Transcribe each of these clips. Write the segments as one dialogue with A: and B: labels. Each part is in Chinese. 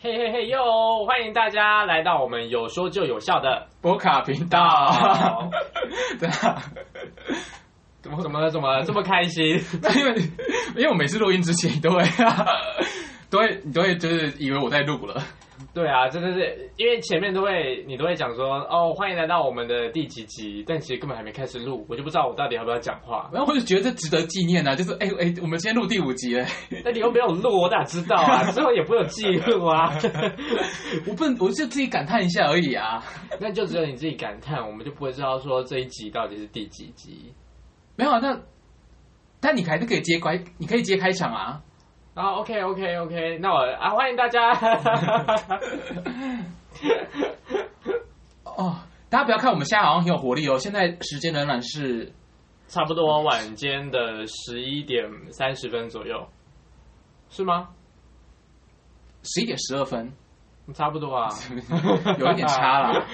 A: 嘿嘿嘿哟！欢迎大家来到我们有说就有笑的。
B: 博卡频 道
A: 好，
B: 对啊，
A: 怎么怎么怎么这么开心？
B: 因为因为我每次录音之前你都会、啊 都会你都会就是以为我在录了，
A: 对啊，真的是因为前面都会你都会讲说哦，欢迎来到我们的第几集，但其实根本还没开始录，我就不知道我到底要不要讲 话。
B: 然后我就觉得这值得纪念啊，就是哎哎、我们今天录第五集哎，
A: 但你又没有录，我哪知道啊？之后也不会有记录啊。
B: 我不能我就自己感叹一下而已啊，
A: 那就只有你自己感叹，我们就不会知道说这一集到底是第几集。
B: 没有啊，那但你还是可以接开，你可以接开场啊，
A: 然后 OK OK OK，那我啊欢迎大家。
B: 哦，大家不要看我们现在好像很有活力哦，现在时间仍然是
A: 差不多晚间的十一点三十分左右，是吗？
B: 十一点十二分，
A: 差不多 啊，
B: 有一点差啦，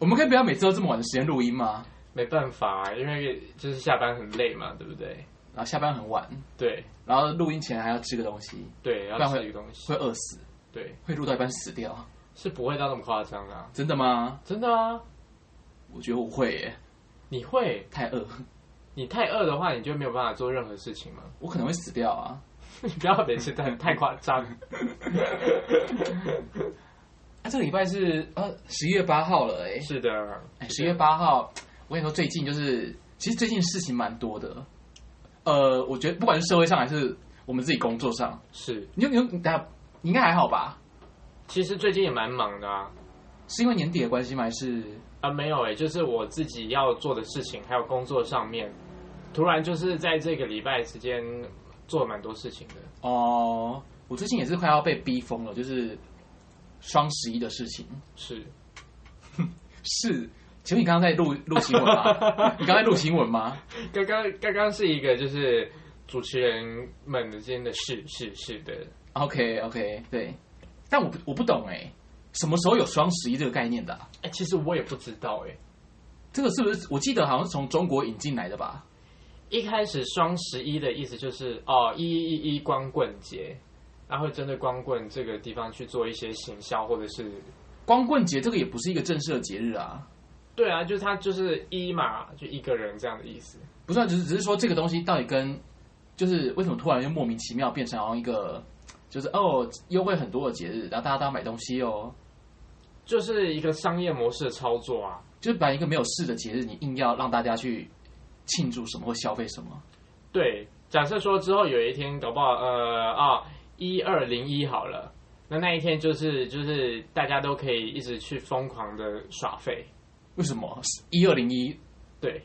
B: 我们可以不要每次都这么晚的时间录音吗？
A: 没办法、啊因为就是下班很累嘛，对不对？
B: 然后下班很晚，
A: 对
B: 然后录音前还要吃个东西，
A: 对，要
B: 然会
A: 吃一个东西
B: 会，饿死，
A: 对，
B: 会录到一半死掉。
A: 是不会到那么夸张啊，
B: 真的吗？
A: 真的啊。
B: 我觉得我会耶，
A: 你会，
B: 太饿，
A: 你太饿的话，你就没有办法做任何事情吗？
B: 我可能会死掉啊！
A: 你 不要每次太太夸 张。
B: 啊，这个礼拜是呃十一月八号了哎，
A: 是的，
B: 哎十一月八号，我跟你说，最近就是其实最近事情蛮多的，呃，我觉得不管是社会上还是我们自己工作上，
A: 是，
B: 你有你有你等下你应该还好吧？
A: 其实最近也蛮忙的啊。
B: 是因为年底的关系吗？还是
A: 啊，没有诶、就是我自己要做的事情，还有工作上面，突然就是在这个礼拜时间做了蛮多事情的。
B: 哦、我最近也是快要被逼疯了，就是双十一的事情
A: 是，
B: 是。请问你刚刚在录录新闻吗？你刚才录新闻吗？
A: 刚刚刚刚是一个就是主持人们之间的事事事的，
B: OK OK，对，但我不我不懂哎、什么时候有双十一这个概念的啊、
A: 哎、其实我也不知道诶、欸
B: 这个是不是我记得好像是从中国引进来的吧？
A: 一开始双十一的意思就是哦一一一光棍节，然后会针对光棍这个地方去做一些行销或者是。
B: 光棍节这个也不是一个正式的节日啊，
A: 对啊，就是他就是一嘛，就一个人这样的意思。
B: 不是、啊，只是只是说这个东西到底跟就是为什么突然就莫名其妙变成好像一个就是哦优惠很多的节日，然后大家都要买东西哦，
A: 就是一个商业模式的操作啊，
B: 就是把一个没有事的节日，你硬要让大家去庆祝什么或消费什么，
A: 对，假设说之后有一天，搞不好呃啊一二零一好了，那那一天就是就是大家都可以一直去疯狂的耍废，
B: 为什么一二零一
A: 对，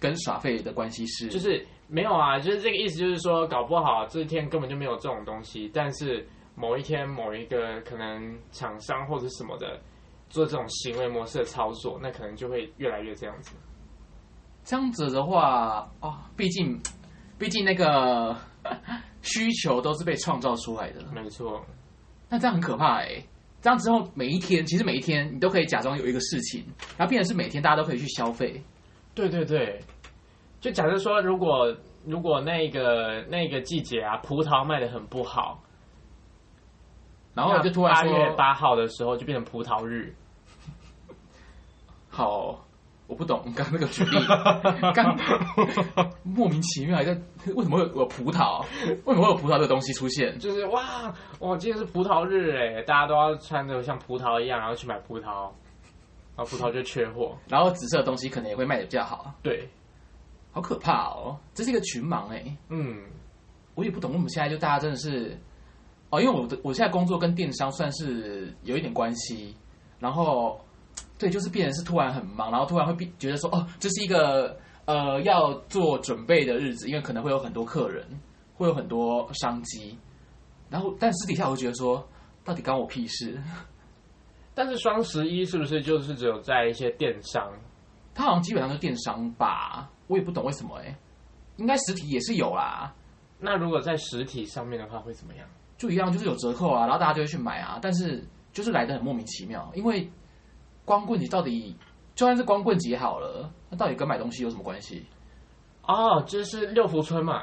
B: 跟耍费的关系是？
A: 就是没有啊，就是这个意思，就是说搞不好这一天根本就没有这种东西，但是某一天某一个可能厂商或者什么的做这种行为模式的操作，那可能就会越来越这样子。
B: 这样子的话啊，毕竟毕竟那个 需求都是被创造出来的，
A: 没错，
B: 那这样很可怕哎、这样之后，每一天其实每一天你都可以假装有一个事情，然后变成是每天大家都可以去消费。
A: 对对对，就假设说，如果如果那个那个季节啊，葡萄卖的很不好，
B: 然后就突然
A: 八月
B: 说
A: 八号的时候就变成葡萄日，
B: 好，我不懂刚刚那个举 例，刚莫名其妙一个为什么会有葡萄？为什么会有葡萄的东西出现？
A: 就是哇，我今天是葡萄日哎，大家都要穿的像葡萄一样，然后去买葡萄，然后葡萄就缺货。
B: 然后紫色的东西可能也会卖的比较好，
A: 对，
B: 好可怕哦！这是一个群盲哎、
A: 嗯，
B: 我也不懂，我们现在就大家真的是，哦，因为我的我现在工作跟电商算是有一点关系，然后对，就是变成是突然很忙，然后突然会变觉得说，哦，这是一个呃要做准备的日子，因为可能会有很多客人，会有很多呃商机，然后但私底下我会觉得说，到底关我屁事？
A: 但是双十一是不是就是只有在一些电商？
B: 他好像基本上是电商吧，我也不懂为什么哎、应该实体也是有啦，
A: 那如果在实体上面的话会怎么样？
B: 就一样，就是有折扣啊，然后大家就会去买啊，但是就是来的很莫名其妙，因为光棍节到底就算是光棍节好了，那到底跟买东西有什么关系？
A: 哦，就是六福村嘛，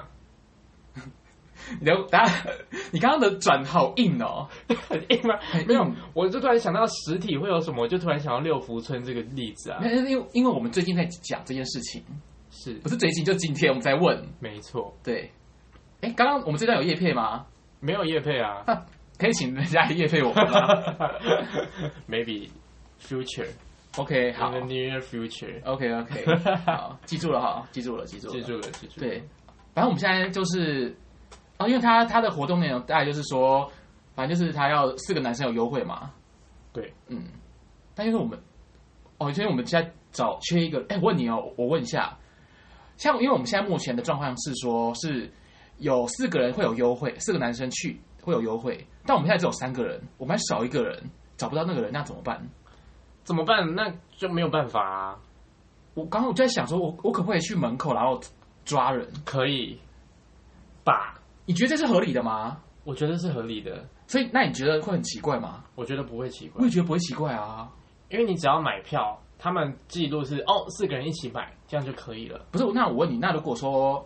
B: 你的答案， 你刚刚的转好硬哦，
A: 很硬吗？
B: 很硬
A: 没有，我就突然想到实体会有什么，我就突然想到六福村这个例子啊
B: 没。有因为因为我们最近在讲这件事情，
A: 是，
B: 不是最近就今天我们在问，
A: 没错，
B: 对，哎，刚刚我们这段有叶配吗？
A: 没有叶配啊
B: 那可以请人家叶配我们吗
A: ，maybe future
B: ？OK，好
A: in the near future，
B: ，OK OK，好，记住了哈，记住了，记住了，
A: 记住了，记住了。
B: 对，反正我们现在就是，啊，因为他他的活动内容大概就是说，反正就是他要四个男生有优惠嘛。
A: 对，
B: 嗯，但因为我们，哦，所以我们现在找缺一个，哎，我问你哦，我问一下，像因为我们现在目前的状况是说，是有四个人会有优惠，四个男生去会有优惠，但我们现在只有三个人，我们还少一个人，找不到那个人，那怎么办？
A: 怎么办？那就没有办法啊。
B: 我刚刚我就在想说，我我可不可以去门口然后抓人？
A: 可以吧？
B: 你觉得这是合理的吗？
A: 我觉得是合理的，
B: 所以那你觉得会很奇怪吗？
A: 我觉得不会奇怪
B: 我，也觉得不会奇怪啊。
A: 因为你只要买票，他们记录是哦四个人一起买，这样就可以了。
B: 不是，那我问你，那如果说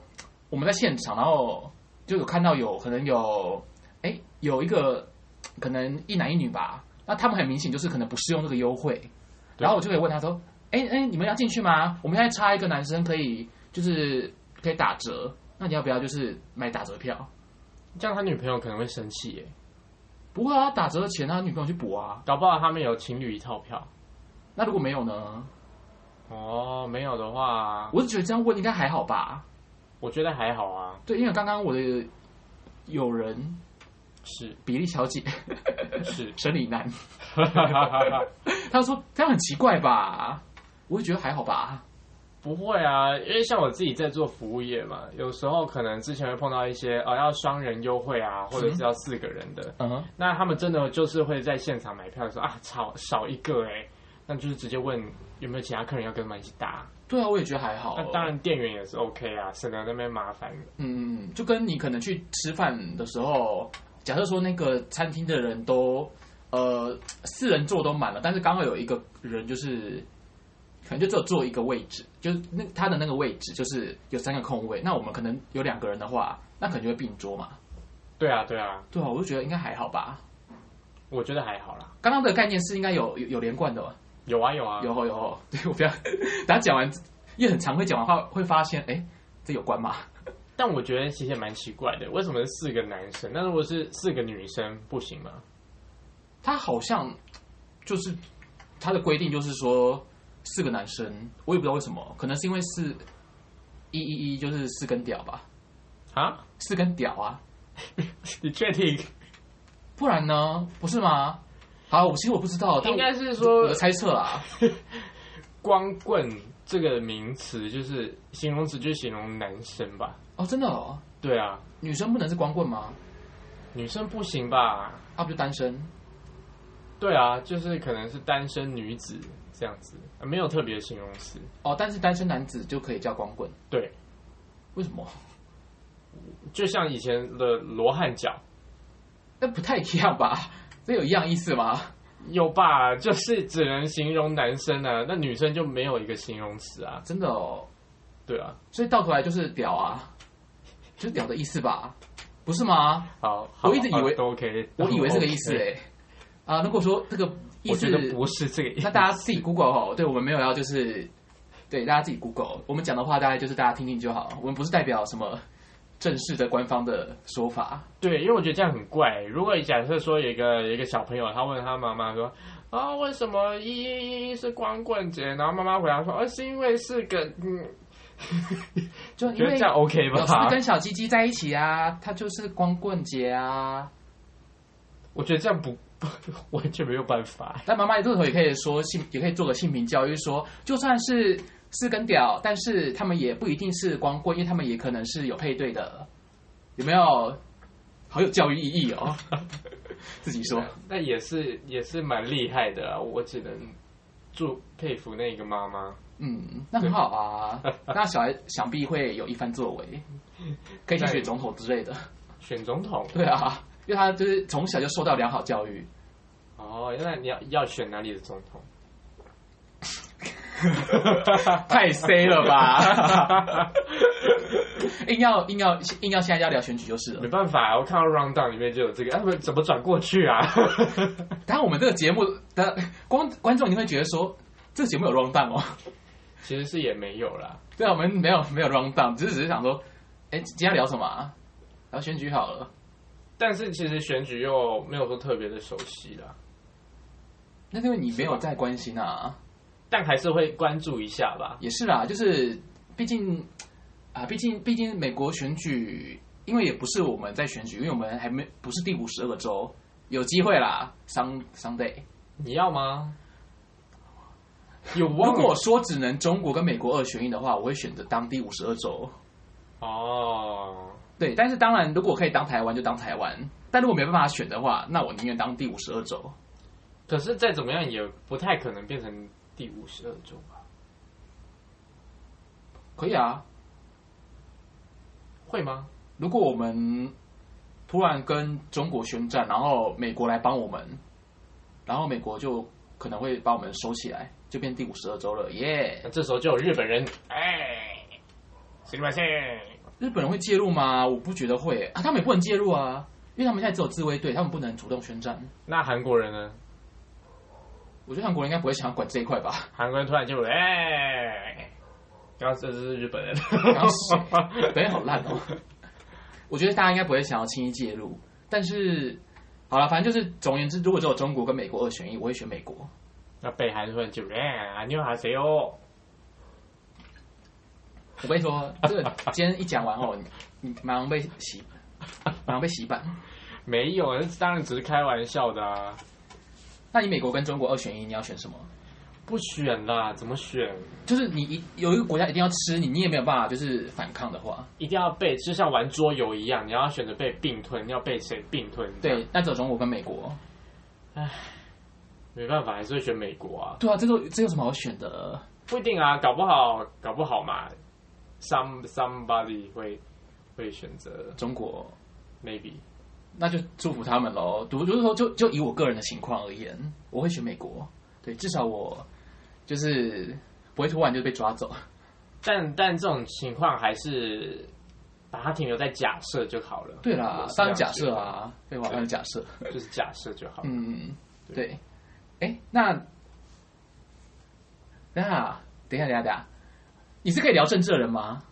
B: 我们在现场，然后就有看到有可能有，哎，有一个可能一男一女吧，那他们很明显就是可能不适用这个优惠，然后我就可以问他说，哎哎，你们要进去吗？我们现在差一个男生可以就是可以打折，那你要不要就是买打折票？
A: 这样他女朋友可能会生气耶，
B: 不会啊，打折的钱他女朋友去补啊。
A: 搞不好他们有情侣一套票。
B: 那如果没有呢？
A: 哦，没有的话，
B: 我是觉得这样问应该还好吧。
A: 我觉得还好啊。
B: 对，因为刚刚我的友人
A: 是
B: 比利小姐 ，
A: 是
B: 生理男。他说这样很奇怪吧？我也觉得还好吧。
A: 不会啊，因为像我自己在做服务业嘛，有时候可能之前会碰到一些哦要双人优惠啊，或者是要四个人的，
B: 嗯，
A: 那他们真的就是会在现场买票的时候啊，少少一个哎、那就是直接问有没有其他客人要跟他们一起搭。
B: 对啊，我也觉得还好。
A: 那当，然店员也是 OK 啊，省得那边麻烦。
B: 嗯，就跟你可能去吃饭的时候，假设说那个餐厅的人都呃四人座都满了，但是刚好有一个人就是可能就只有坐一个位置，就是那他的那个位置就是有三个空位，那我们可能有两个人的话，那可能就会并桌嘛。
A: 对啊，对啊，
B: 对啊，我就觉得应该还好吧。
A: 我觉得还好啦。
B: 刚刚的概念是应该有有有连贯的吧？
A: 有啊，有啊，
B: 有吼有吼，对我不要， 等下讲完，因为很常会讲完话，会发现，哎，这有关吗？
A: 但我觉得其实也蛮奇怪的，为什么是四个男生？那如果是四个女生不行吗？
B: 他好像就是他的规定就是说四个男生，我也不知道为什么，可能是因为四一一一就是四根屌吧，
A: 啊？
B: 四根屌啊，
A: 你确定？
B: 不然呢？不是吗？好，我其实我不知哦道，但
A: 应该是
B: 我
A: 说
B: 的猜测啊啦。
A: “光棍”这个名词就是形容词，就是形容男生吧？
B: 哦，真的哦，
A: 对啊，
B: 女生不能是光棍吗？
A: 女生不行吧？
B: 啊，不就单身？
A: 对啊，就是可能是单身女子这样子，呃没有特别的形容词。
B: 哦，但是单身男子就可以叫光棍，
A: 对，
B: 为什么？
A: 就像以前的罗汉脚，
B: 那不太一样吧？这有一样意思吗？
A: 有吧？就是只能形容男生啊，那女生就没有一个形容词啊。
B: 真的哦，
A: 对啊，
B: 所以到头来就是屌啊，就是屌的意思吧？不是吗？
A: 好，好
B: 我一直以为
A: 好都 OK，
B: 我以为这个意思
A: 都 OK
B: 哎、啊，如果说这个
A: 哦
B: 意
A: 我
B: 思
A: 觉，得不是这个意
B: 那
A: 思。
B: 大家自己 Google 哦。对，我们没有要就是，对大家自己 Google。我们讲的话大概就是大家听听就好，我们不是代表什么正式的官方的说法。
A: 对，因为我觉得这样很怪。如果假设说有一个有一个小朋友，他问他妈妈说：“啊、为什么一一一是光棍节？”然后妈妈回答说：“哦、是因为是个嗯，
B: 就因
A: 觉得
B: 为
A: 这样 OK 吧
B: 老？”师跟小鸡鸡在一起啊，他就是光棍节啊。
A: 我觉得这样不 完全没有办法。
B: 但妈妈这时候也可以说性，也可以做个性平教育说，就算是是跟屌，但是他们也不一定是光棍，因为他们也可能是有配对的，有没有？好有教育意义哦，自己说。
A: 那也是啊也是蛮厉害的啊，我只能祝佩服那个妈妈。
B: 嗯，那很好啊，那小孩想必会有一番作为，可以去选总统之类的。
A: 选总统
B: 对啊，因为他就是从小就受到良好教育。
A: 哦，那你要要选哪里的总 统？
B: 太 C 了吧？ 硬要硬要硬要现在要聊选举就是了
A: 没。办法，我看到 round down 里面就有这个，啊，不怎么转过去 啊？
B: 当然，我们这个节目的观观众，你会觉得说，这个节目有 round down 哦？
A: 其实是也没有啦。
B: 对啊，我们没有没有 round down，只是只是想说，哎，今天要聊什么、啊？聊选举好了。
A: 但是其实选举又没有说特别的熟悉啦，
B: 那是因为你没有在关心啊，
A: 但还是会关注一下吧。
B: 也是啦，就是毕竟啊，毕竟毕竟美国选举，因为也不是我们在选举，因为我们还没不是第五十二个州，有机会啦，Sun Sunday。
A: 你要吗？有
B: 如
A: 忘
B: 果说只能中国跟美国二选一的话，我会选择当第五十二州。
A: 哦，
B: 对，但是当然，如果可以当台湾就当台湾，但如果没办法选的话，那我宁愿当第五十二州。
A: 可是再怎么样也不太可能变成第五十二周吧？
B: 可以啊，
A: 会吗？
B: 如果我们突然跟中国宣战，然后美国来帮我们，然后美国就可能会把我们收起来，就变第五十二州了，耶、
A: 那这时候就有日本人，哎，すみません。
B: 日本人会介入吗？我不觉得会啊，他们也不能介入啊，因为他们现在只有自卫队，他们不能主动宣战。
A: 那韩国人呢？
B: 我觉得韩国人应该不会想要管这一块吧。
A: 韩国人突然就哎，然后这是日本人，
B: 然后是北好烂哦。我觉得大家应该不会想要轻易介入，但是好了，反正就是总而言之，如果只有中国跟美国二选一，我会选美国。
A: 那北韩突然就哎，안녕하세요。
B: 我跟你说，这个今天一讲完后，你你马上被洗，马上被洗版。
A: 没有，那当然只是开玩笑的啊，
B: 那你美国跟中国二选一，你要选什么？
A: 不选啦，怎么选？
B: 就是你一有一个国家一定要吃你，你也没有办法就是反抗的话，
A: 一定要被，就像玩桌游一样，你要选择被并吞，要被谁并吞？
B: 对，，那只有中国跟美国。
A: 没办法，还是会选美国啊，
B: 对啊，这个这有什么好选的？
A: 不一定啊，搞不好，搞不好嘛，some somebody 会会选择
B: 中国，
A: maybe，
B: 那就祝福他们喽。如就是说，就就以我个人的情况而言，我会选美国。对，至少我就是不会突然就被抓走。
A: 但但这种情况还是把它停留在假设就好了，
B: 对啦
A: 我是，这
B: 当
A: 样
B: 然假
A: 觉
B: 设
A: 得，
B: 啊，废话，当然假设。
A: 就是假设就好了。
B: 嗯，
A: 对
B: 对。哎，那等一下，等一下，等一下，等一下，你是可以聊政治的人吗？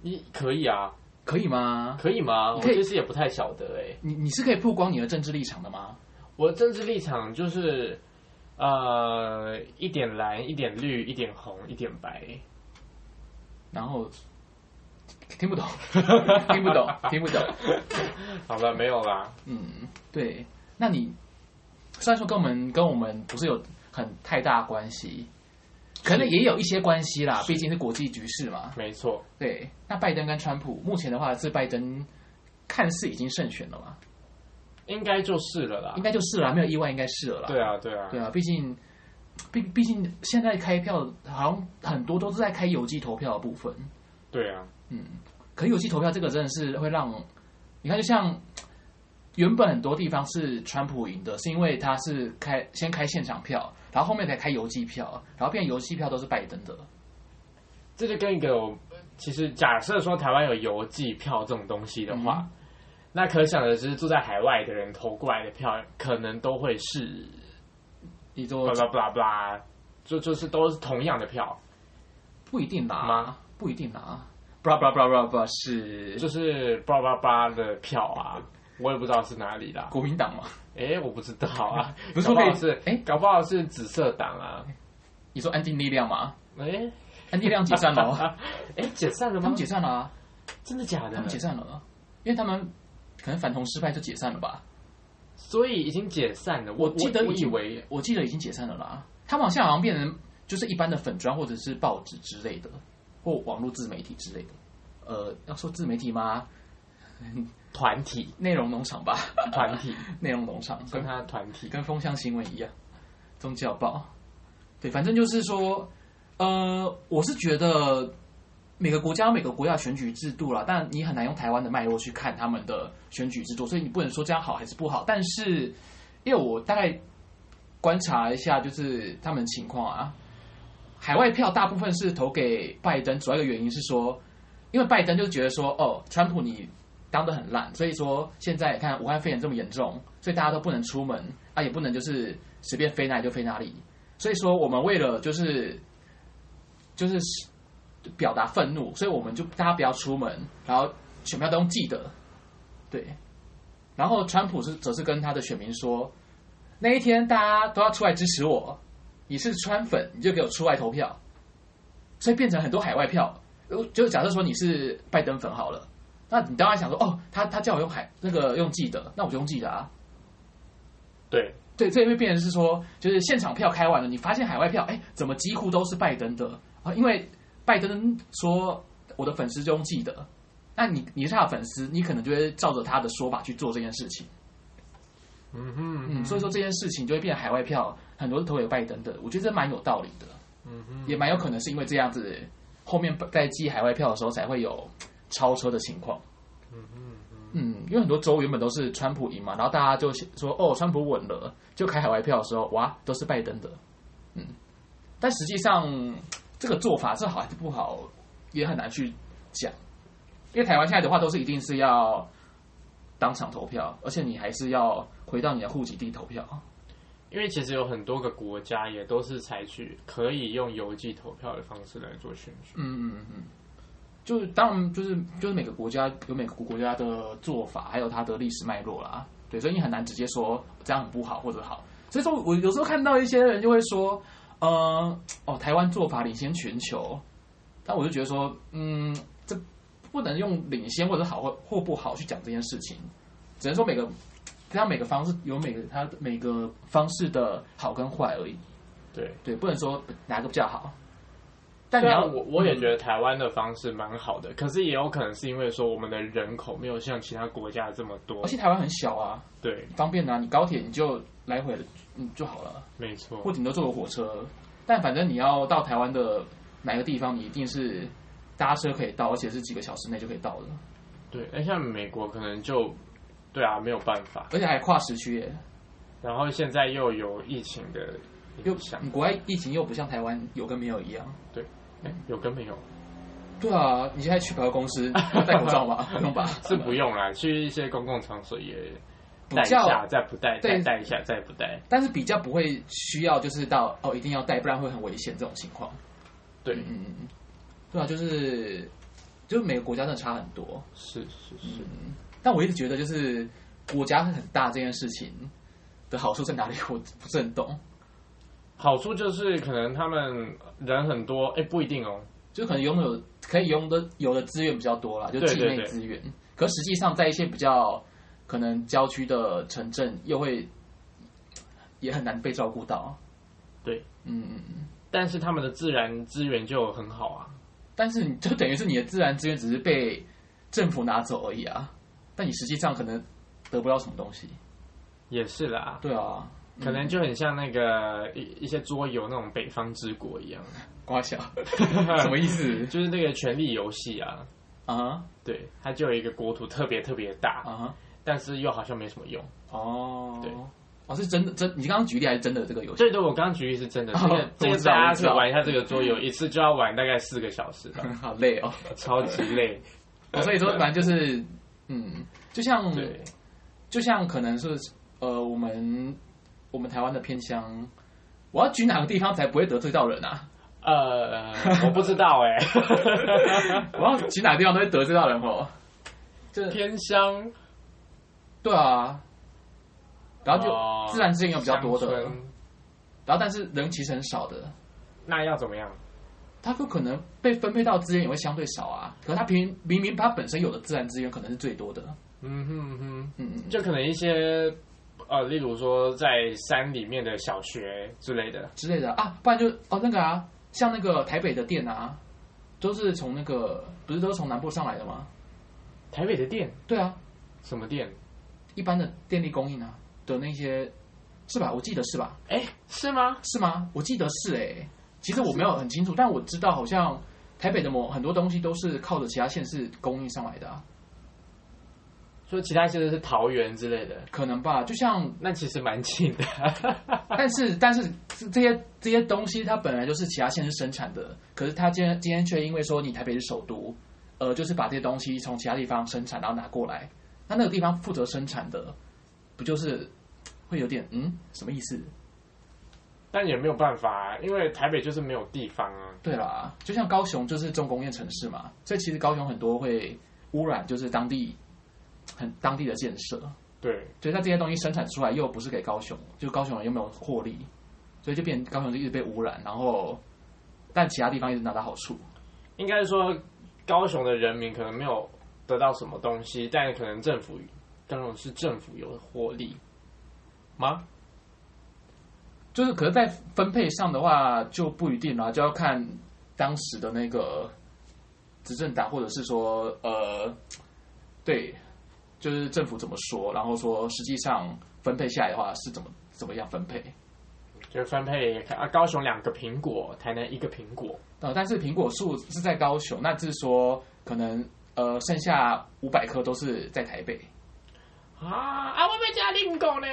A: 你可以啊，
B: 可以吗？
A: 可以吗？我
B: 可以
A: 其实也不太晓得哎、
B: 你你是可以曝光你的政治立场的吗？
A: 我的政治立场就是，呃，一点蓝，一点绿，一点红，一点白。
B: 然后听不懂，听不懂，听不懂。
A: 好了，没有啦。
B: 嗯，对。那你虽然说跟我们跟我们不是有很太大关系，可能也有一些关系啦，毕竟是国际局势嘛。
A: 没错，
B: 对，那拜登跟川普目前的话是拜登看似已经胜选了嘛，
A: 应该就是了啦
B: 应。该就是啦，没有意外应该是了啦。
A: 对啊，对啊
B: 对，啊，毕竟毕毕竟现在开票好像很多都是在开邮寄投票的部分，
A: 对啊，
B: 可邮寄投票这个真的是会让你看，就像原本很多地方是川普赢的，是因为他是开先开现场票，然后后面才开邮寄票，然后变成邮寄票都是拜登的。
A: 这就跟一个我其实假设说台湾有邮寄票这种东西的话，
B: 嗯
A: 那可想而知，住在海外的人投过来的票，可能都会是
B: 你
A: 巴
B: 说
A: 拉巴拉巴拉，就就是都是同样的票，
B: 不一定啦
A: 吗，
B: 不一定啦。blah blah blah blah blah 是
A: 就是巴拉巴拉的票啊。我也不知道是哪里啦，
B: 国民党嘛？
A: 诶，我不知道啊，
B: 不是
A: 搞
B: 说
A: 不
B: 可
A: 好
B: 以
A: 是
B: 哎
A: 搞不好是紫色党啊，
B: 你说安定力量嘛？
A: 诶，
B: 安定力量解散了 哦，
A: 啊， 诶，解散了
B: 他
A: 吗
B: 们？解散了、啊，
A: 真的假
B: 他
A: 的
B: 们？解散了啊，因为他们可能反同失败就解散了吧？
A: 所以已经解散了。我
B: 我记得
A: 我
B: 已
A: 以
B: 经
A: 为
B: 我记得已经解散了啦。他们好像好像变成就是一般的粉砖或者是报纸之类的，或网络自媒体之类的。呃，要说自媒体吗？
A: 团体
B: 内容农场吧，
A: 团体
B: 内容农场
A: 跟
B: 跟
A: 他团体
B: 跟风向新闻一样，宗教报。对，反正就是说，呃，我是觉得每个国家有每个国家的选举制度啦，但你很难用台湾的脉络去看他们的选举制度，所以你不能说这样好还是不好。但是，因为我大概观察一下，就是他们的情况啊，海外票大部分是投给拜登，主要一个原因是说，因为拜登就觉得说，哦，川普你当得很烂，所以说现在看武汉肺炎这么严重，所以大家都不能出门啊，也不能就是随便飞哪里就飞哪里。所以说我们为了就是就是表达愤怒，所以我们就大家不要出门，然后选票都用记得，对。然后川普是则是跟他的选民说，那一天大家都要出来支持我，你是川粉，你就给我出来投票。所以变成很多海外票。呃就假设说你是拜登粉好了，那你当然想说，哦，他他叫我用海那个用记得，那我就用记得啊。
A: 对，
B: 对，这也会变成是说，就是现场票开完了，你发现海外票，哎，怎么几乎都是拜登的啊？因为拜登说我的粉丝中记得，那你你是他的粉丝，你可能就会照着他的说法去做这件事情。
A: 嗯哼，
B: 嗯，所以说这件事情就会变成海外票很多是投给拜登的，我觉得这蛮有道理的，
A: 嗯哼，
B: 也蛮有可能是因为这样子，后面在寄海外票的时候才会有超车的情况。
A: 嗯哼，
B: 嗯，因为很多州原本都是川普赢嘛，然后大家就说哦，川普稳了，就开海外票的时候，哇，都是拜登的，嗯，但实际上这个做法是好还是不好，也很难去讲，因为台湾现在的话都是一定是要当场投票，而且你还是要回到你的户籍地投票，
A: 因为其实有很多个国家也都是采取可以用邮寄投票的方式来做选举。
B: 嗯嗯嗯嗯，就是当然就是就是每个国家有每个国家的做法，还有它的历史脉络啦。对，所以你很难直接说这样很不好或者好。所以说我有时候看到一些人就会说，呃，哦，台湾做法领先全球，但我就觉得说，嗯，这不能用领先或者好或或不好去讲这件事情，只能说每个它每个方式有每个它每个方式的好跟坏而已。
A: 对，
B: 对，不能说哪个比较好。但
A: 虽
B: 你
A: 然
B: 要
A: 我我也觉得台湾的方式蛮好的，可是也有可能是因为说我们的人口没有像其他国家这么多
B: 哦而。且台湾很小啊，
A: 对，
B: 方便啊，你高铁你就来回嗯就好了，
A: 没错。
B: 或顶多坐个火车。但反正你要到台湾的哪个地方，你一定是搭车可以到，而且是几个小时内就可以到的，
A: 对，那像美国可能就，对啊，没有办法。
B: 而且还跨时区耶。
A: 然后现在又有疫情的
B: 又
A: 影响，
B: 你国外疫情又不像台湾有跟没有一样。
A: 哎，有跟没有
B: 对啊，你现在去百货公司要戴口罩吗？ 不用吧？
A: 是不用
B: 嗯
A: 啦，去一些公共场所也
B: 比
A: 戴一下，
B: 较，
A: 再不戴，再
B: 对
A: 戴一下，再不戴。
B: 但是比较不会需要就是到哦一定要戴，不然会很危险这种情况。
A: 对，
B: 嗯嗯嗯，对啊，就是就是每个国家真的差很多。
A: 是是是，
B: 嗯，但我一直觉得就是国家很大这件事情的好处在哪里，我不是很懂。
A: 好处就是可能他们人很多，哎，不一定哦。
B: 就可能拥有可以拥的有的资源比较多啦，就
A: 对
B: 境
A: 对
B: 内
A: 对
B: 资源。可实际上在一些比较可能郊区的城镇，又会也很难被照顾到。
A: 对，
B: 嗯嗯嗯。
A: 但是他们的自然资源就很好啊。
B: 但是你就等于是你的自然资源只是被政府拿走而已啊，但你实际上可能得不到什么东西。
A: 也是啦，
B: 对啊，
A: 可能就很像那个一一些桌游那种北方之国一样，
B: 瓜小什么意思
A: 就是那个权力游戏啊，
B: 啊哈
A: 对，它就有一个国土特别特别
B: 啊
A: 大，
B: 哈？
A: 但是又好像没什么用。
B: 哦，
A: 对，
B: 哦，是真的真，你刚刚举例还是真的这个游 戏？
A: 最多我刚刚举例是真的，
B: 哦
A: 这个这
B: 我
A: 个
B: 知道
A: 大家
B: 我知
A: 去
B: 道
A: 玩一下这个桌游，一次就要玩大概四个小时 吧，
B: 好累哦。
A: 超级累。
B: 哦所以 说，反正就是，嗯，就像
A: 对，
B: 就像可能是呃，我们我们台湾的偏乡，我要举哪个地方才不会得罪到人啊？
A: 呃，我不知道哎，
B: 我要举哪个地方都会得罪到人哦。这
A: 偏乡
B: 对啊，然后
A: 哦
B: 就自然资源有比较多的，
A: 乡村
B: 然后但是人其实很少的，
A: 那要怎么样？
B: 它有可能被分配到资源也会相对少啊。可是它平明明它本身有的自然资源可能是最多的，
A: 嗯哼嗯哼，
B: 嗯嗯，
A: 就可能一些呃，例如说在山里面的小学之类的，
B: 之类的啊，不然就哦那个啊，像那个台北的店啊，都是从那个不是都是从南部上来的吗？
A: 台北的店
B: 对啊，
A: 什么店？
B: 一般的电力供应啊的那些是吧？我记得是吧？
A: 哎，是吗？
B: 是吗？我记得是诶、其实我没有很清楚，但我知道好像台北的某很多东西都是靠着其他县市供应上来的、啊，
A: 说其他其实是桃园之类的，
B: 可能吧？就像
A: 那其实蛮近的。
B: 但是但是这这些这些东西它本来就是其他县市生产的，可是它今天今天却因为说你台北是首都，呃，就是把这些东西从其他地方生产，然后拿过来。那那个地方负责生产的，不就是会有点嗯什么意思？
A: 但也没有办法、啊，因为台北就是没有地方啊。
B: 对啦，就像高雄就是重工业城市嘛，所以其实高雄很多会污染，就是当地很当地的建设，
A: 对，
B: 所以它这些东西生产出来又不是给高雄，就高雄人又没有获利，所以就变高雄就一直被污染，然后但其他地方一直拿到好处。
A: 应该说高雄的人民可能没有得到什么东西，但可能政府高雄是政府有获利吗？
B: 就是，可是，在分配上的话就不一定啦，就要看当时的那个执政党，或者是说，呃，对，就是政府怎么说，然后说实际上分配下来的话是怎么怎么样分配。
A: 就分配啊，高雄两个苹果，台南一个苹果，
B: 呃，但是苹果树是在高雄，那就是说可能呃剩下五百棵都是在台北，
A: 啊啊！我被加令狗 呢。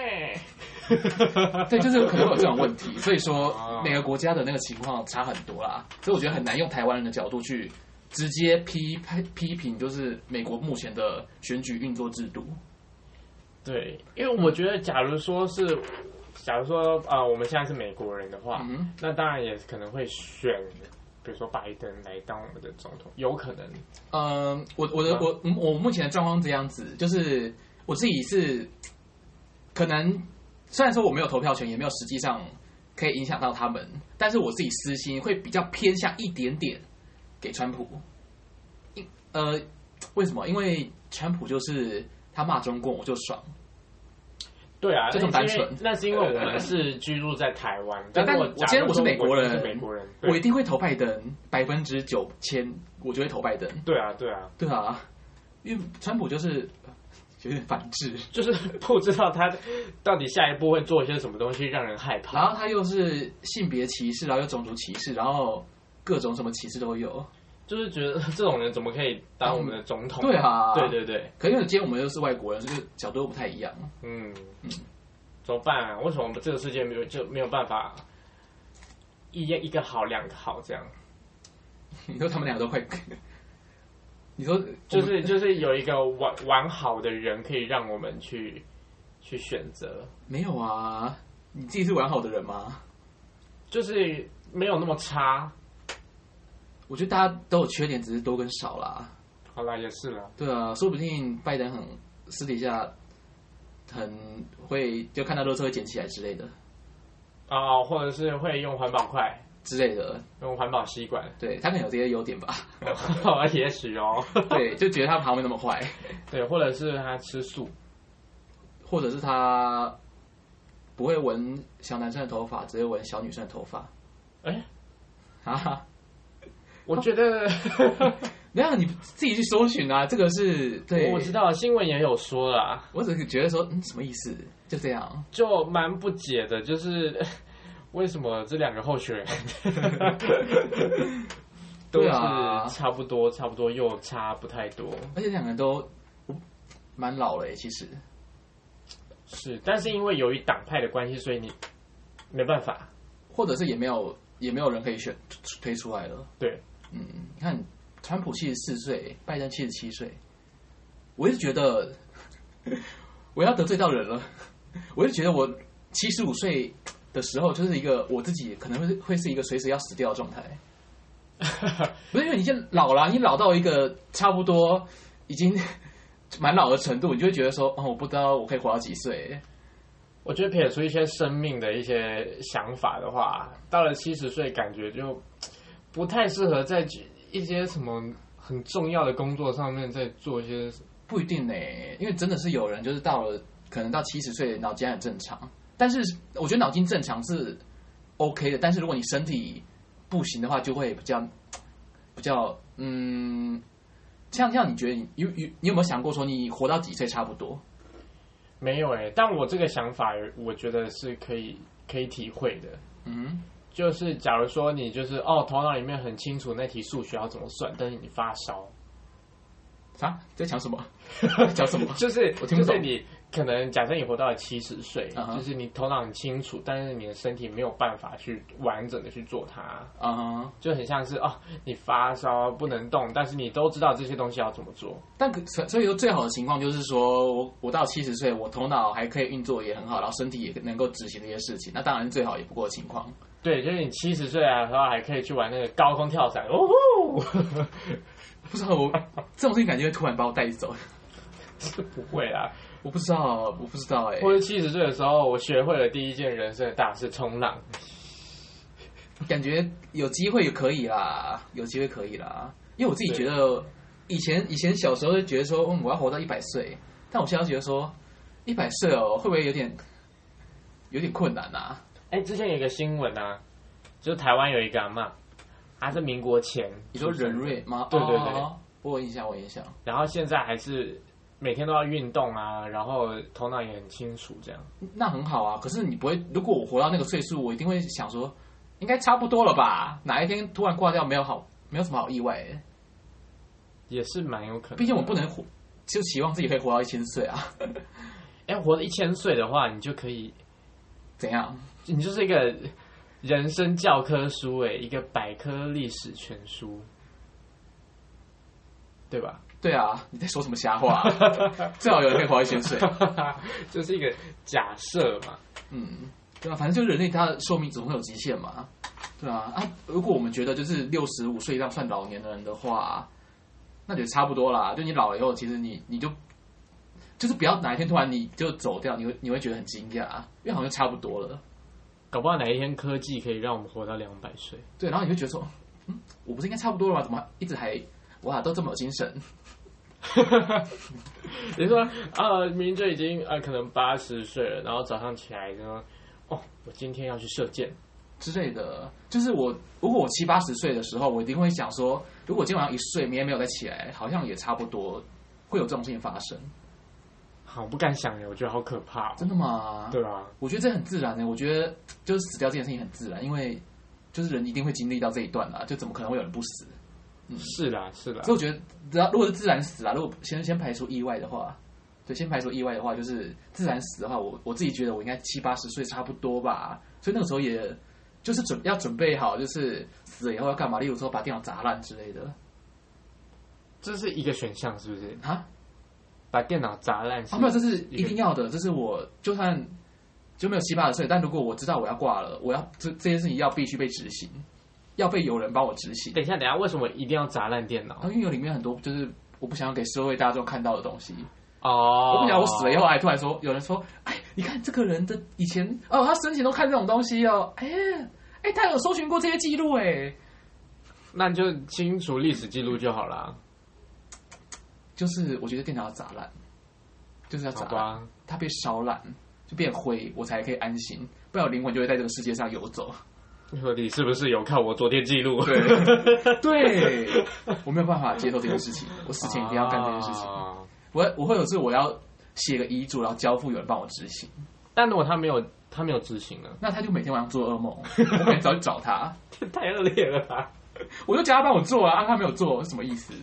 B: 对，就是可能会有这种问题，所以说
A: 哦
B: 每个国家的那个情况差很多啦，所以我觉得很难用台湾人的角度去直接批批批评，就是美国目前的选举运作制度。
A: 对，因为我觉得，假如说是，假如说啊、呃我们现在是美国人的话，
B: 嗯，
A: 那当然也可能会选，比如说拜登来当我们的总统，有可能。
B: 嗯，我我的我嗯我目前的状况这样子，就是我自己是可能虽然说我没有投票权，也没有实际上可以影响到他们，但是我自己私心会比较偏向一点点给川普。因呃，为什么？因为川普就是他骂中共我就爽，
A: 对啊，
B: 这种
A: 那是
B: 单纯
A: 因为那是因为我们是居住在台湾，
B: 对但
A: 是我
B: 我今天我是美国人
A: 假如说我是美国人，
B: 我一
A: 对
B: 定会投拜登，百分之九千我就会投拜登。
A: 对啊，对啊，
B: 对啊，因为川普就是呃有点反制。
A: 就是不知道他到底下一步会做一些什么东西让人害
B: 然
A: 怕。
B: 后他又是性别歧视，然后又种族歧视，然后各种什么歧视都有。
A: 就是觉得这种人怎么可以当我们的总统？
B: 对啊，
A: 对。对对，
B: 可是因为今天我们又是外国人，就是角度又不太一样。
A: 嗯
B: 嗯，
A: 怎么办啊？为什么我们这个世界没有就没有办法一一个好两个好这样？
B: 你说他们两个都快， 你说
A: 就是就是有一个完完好的人可以让我们去去选择，
B: 没有啊？你自己是完好的人吗？
A: 就是没有那么差。
B: 我觉得大家都有缺点，只是多跟少啦。
A: 好啦，也是啦，
B: 对啊，说不定拜登很私底下很会，就看到垃圾会捡起来之类的
A: 啊、或者是会用环保筷，
B: 之类的。
A: 用环保吸 管，
B: 对他可能有这些优点吧？
A: 也许哦，
B: 对，就觉得他旁边那么坏。
A: 对，或者是他吃素，
B: 或者是他不会闻小男生的头发，只会闻小女生的头发。
A: 哎
B: 哈哈，
A: 我觉得
B: 没有你自己去搜寻啊，这个是对，
A: 我知，道新闻也有说啦，
B: 我只是觉得说，嗯，什么意思？就这样，
A: 就蛮不解的，就是 为什么这两个候选人 都
B: 对
A: 是
B: 啊
A: 差不多，差不多又差不太多。
B: 而且两个人都我蛮老了耶，其实
A: 是，但是因为由于党派的关系，所以你没办法。
B: 或者是也没有也没有人可以选推出来了。
A: 对，
B: 嗯，你看，川普七十四岁，拜登七十七岁，我一直觉得 我要得罪到人了， 我就觉得我七十五岁的时候，就是一个我自己可能会会是一个随时要死掉的状态。不是因为你现在老了，你啊老到一个差不多已经蛮老的程度，你就会觉得说，哦，我不知道我可以活到几岁。
A: 我觉得撇除一些生命的一些想法的话，到了七十岁，感觉就不太适合在一些什么很重要的工作上面再做一些。
B: 不一定呢、因为真的是有人就是到了可能到七十岁脑筋还很正常，但是我觉得脑筋正常是 OK 的，但是如果你身体不行的话，就会比较嗯比较嗯，像像你觉得你有有你有没有想过说你活到几岁差不多？
A: 没有诶、但我这个想法，我觉得是可以可以体会的。
B: 嗯，
A: 就是假如说你就是哦，头脑里面很清楚那题数学要怎么算，但是你发烧，
B: 啊，在讲什么？ 讲什么？
A: 就是
B: 我听不
A: 就
B: 懂
A: 是你可能假设你活到了七十岁
B: 嗯哼
A: 就是你头脑很清楚，但是你的身体没有办法去完整的去做它，
B: 啊、哈
A: 就很像是哦，你发烧不能动，但是你都知道这些东西要怎么做。
B: 但可所所以说最好的情况就是说我我到七十岁，我头脑还可以运作也很好，然后身体也能够执行这些事情，那当然是最好也不过的情况。
A: 对，就是你七十岁的时候还可以去玩那个高空跳伞，哦吼，
B: 不知道我这种事情感觉会突然把我带走，
A: 是不会啦。
B: 我不知道，我不知道哎、
A: 或者七十岁的时候，我学会了第一件人生的大事——冲浪。
B: 感觉有机会也可以啦，有机会可以啦，因为我自己觉得以前以前小时候就觉得说，嗯，我要活到一百岁，但我现在觉得说一百岁哦，会不会有点有点困难啊？
A: 哎，之前有一个新闻啊，就是台湾有一个阿嬷，她是民国前，
B: 你说人瑞吗？
A: 对对对
B: 哦我有印象，我有印象。
A: 然后现在还是每天都要运动啊，然后头脑也很清楚，这样。
B: 那很好啊。可是你不会，如果我活到那个岁数，我一定会想说，应该差不多了吧？哪一天突然挂掉，没有好，没有什么好意外欸、
A: 也是蛮有可能的。
B: 毕竟我不能活，就希望自己可以活到一千岁啊。
A: 哎、活到一千岁的话，你就可以，
B: 怎样？
A: 你就是一个人生教科书、哎，一个百科历史全书，对 吧？
B: 对啊，你在说什么瞎话、啊 最好有人可以活到一千岁。
A: 就是一个假设嘛。
B: 嗯，对啊，反正就人类它的寿命总会有极限嘛。对啊，啊，如果我们觉得就是六十五岁以上算老年的人的话，啊那就差不多啦。就你老了以后，其实你你就就是不要哪一天突然你就走掉，你会你会觉得很惊讶，啊因为好像差不多了。
A: 搞不好哪一天科技可以让我们活到两百岁。
B: 对，然后你就觉得说，嗯，我不是应该差不多了吗？怎么一直还哇都这么有精神？
A: 你说啊，明明就已经啊，可能八十岁了，然后早上起来就说，哦，我今天要去射箭。
B: 之类的。就是我，如果我七八十岁的时候，我一定会想说，如果今晚上一睡，明天没有再起来，好像也差不多会有这种事情发生。
A: 好，我不敢想耶，我觉得好可怕、哦。
B: 真的吗？
A: 对啊，
B: 我觉得这很自然欸的、我觉得就是死掉这件事情很自然，因为就是人一定会经历到这一段啦，就怎么可能会有人不死？
A: 是啦，是啦
B: 所。以我觉得，只要如果是自然死啊，如果先先排除意外的话，对，先排除意外的话，就是自然死的话，我我自己觉得我应该七八十岁差不多吧，所以那个时候也就是准要准备好，就是死了以后要干嘛，例如说把电脑砸烂之类的
A: 这是一个选项，是不是？
B: 啊，
A: 把电脑砸烂是
B: 啊没有，这是
A: 一个
B: 一定要的，这是我就算就没有七八十岁，但如果我知道我要挂了，我要这这件事情要必须被执行，要被有人帮我执行，
A: 等一下，等一下，为什么一定要砸烂电脑
B: 然？后因为有里面很多就是我不想要给社会大众看到的东西，
A: 哦
B: 我不想我死了以后还突然说，有人说，哎，你看这个人的以前哦，他生前都看这种东西哦，哎哎，他有搜寻过这些记录哎，
A: 那你就清除历史记录就好啦，
B: 就是我觉得电脑要砸烂，就是要
A: 好
B: 砸烂，
A: 吧？
B: 它被烧烂就变灰，我才可以安心，不然我灵魂就会在这个世界上游走。
A: 说你是不是有看我昨天记录？
B: 对 对，我没有办法接受这件事情，我死前一定要干这件事情，
A: 啊
B: 我我会有是我要写个遗嘱，然后交付有人帮我执行。
A: 但如果他没有，他没有执行呢？
B: 那他就每天晚上做噩梦，我每天早去找他，
A: 太恶劣了吧！
B: 我就叫他帮我做啊，啊他没有做，什么意思？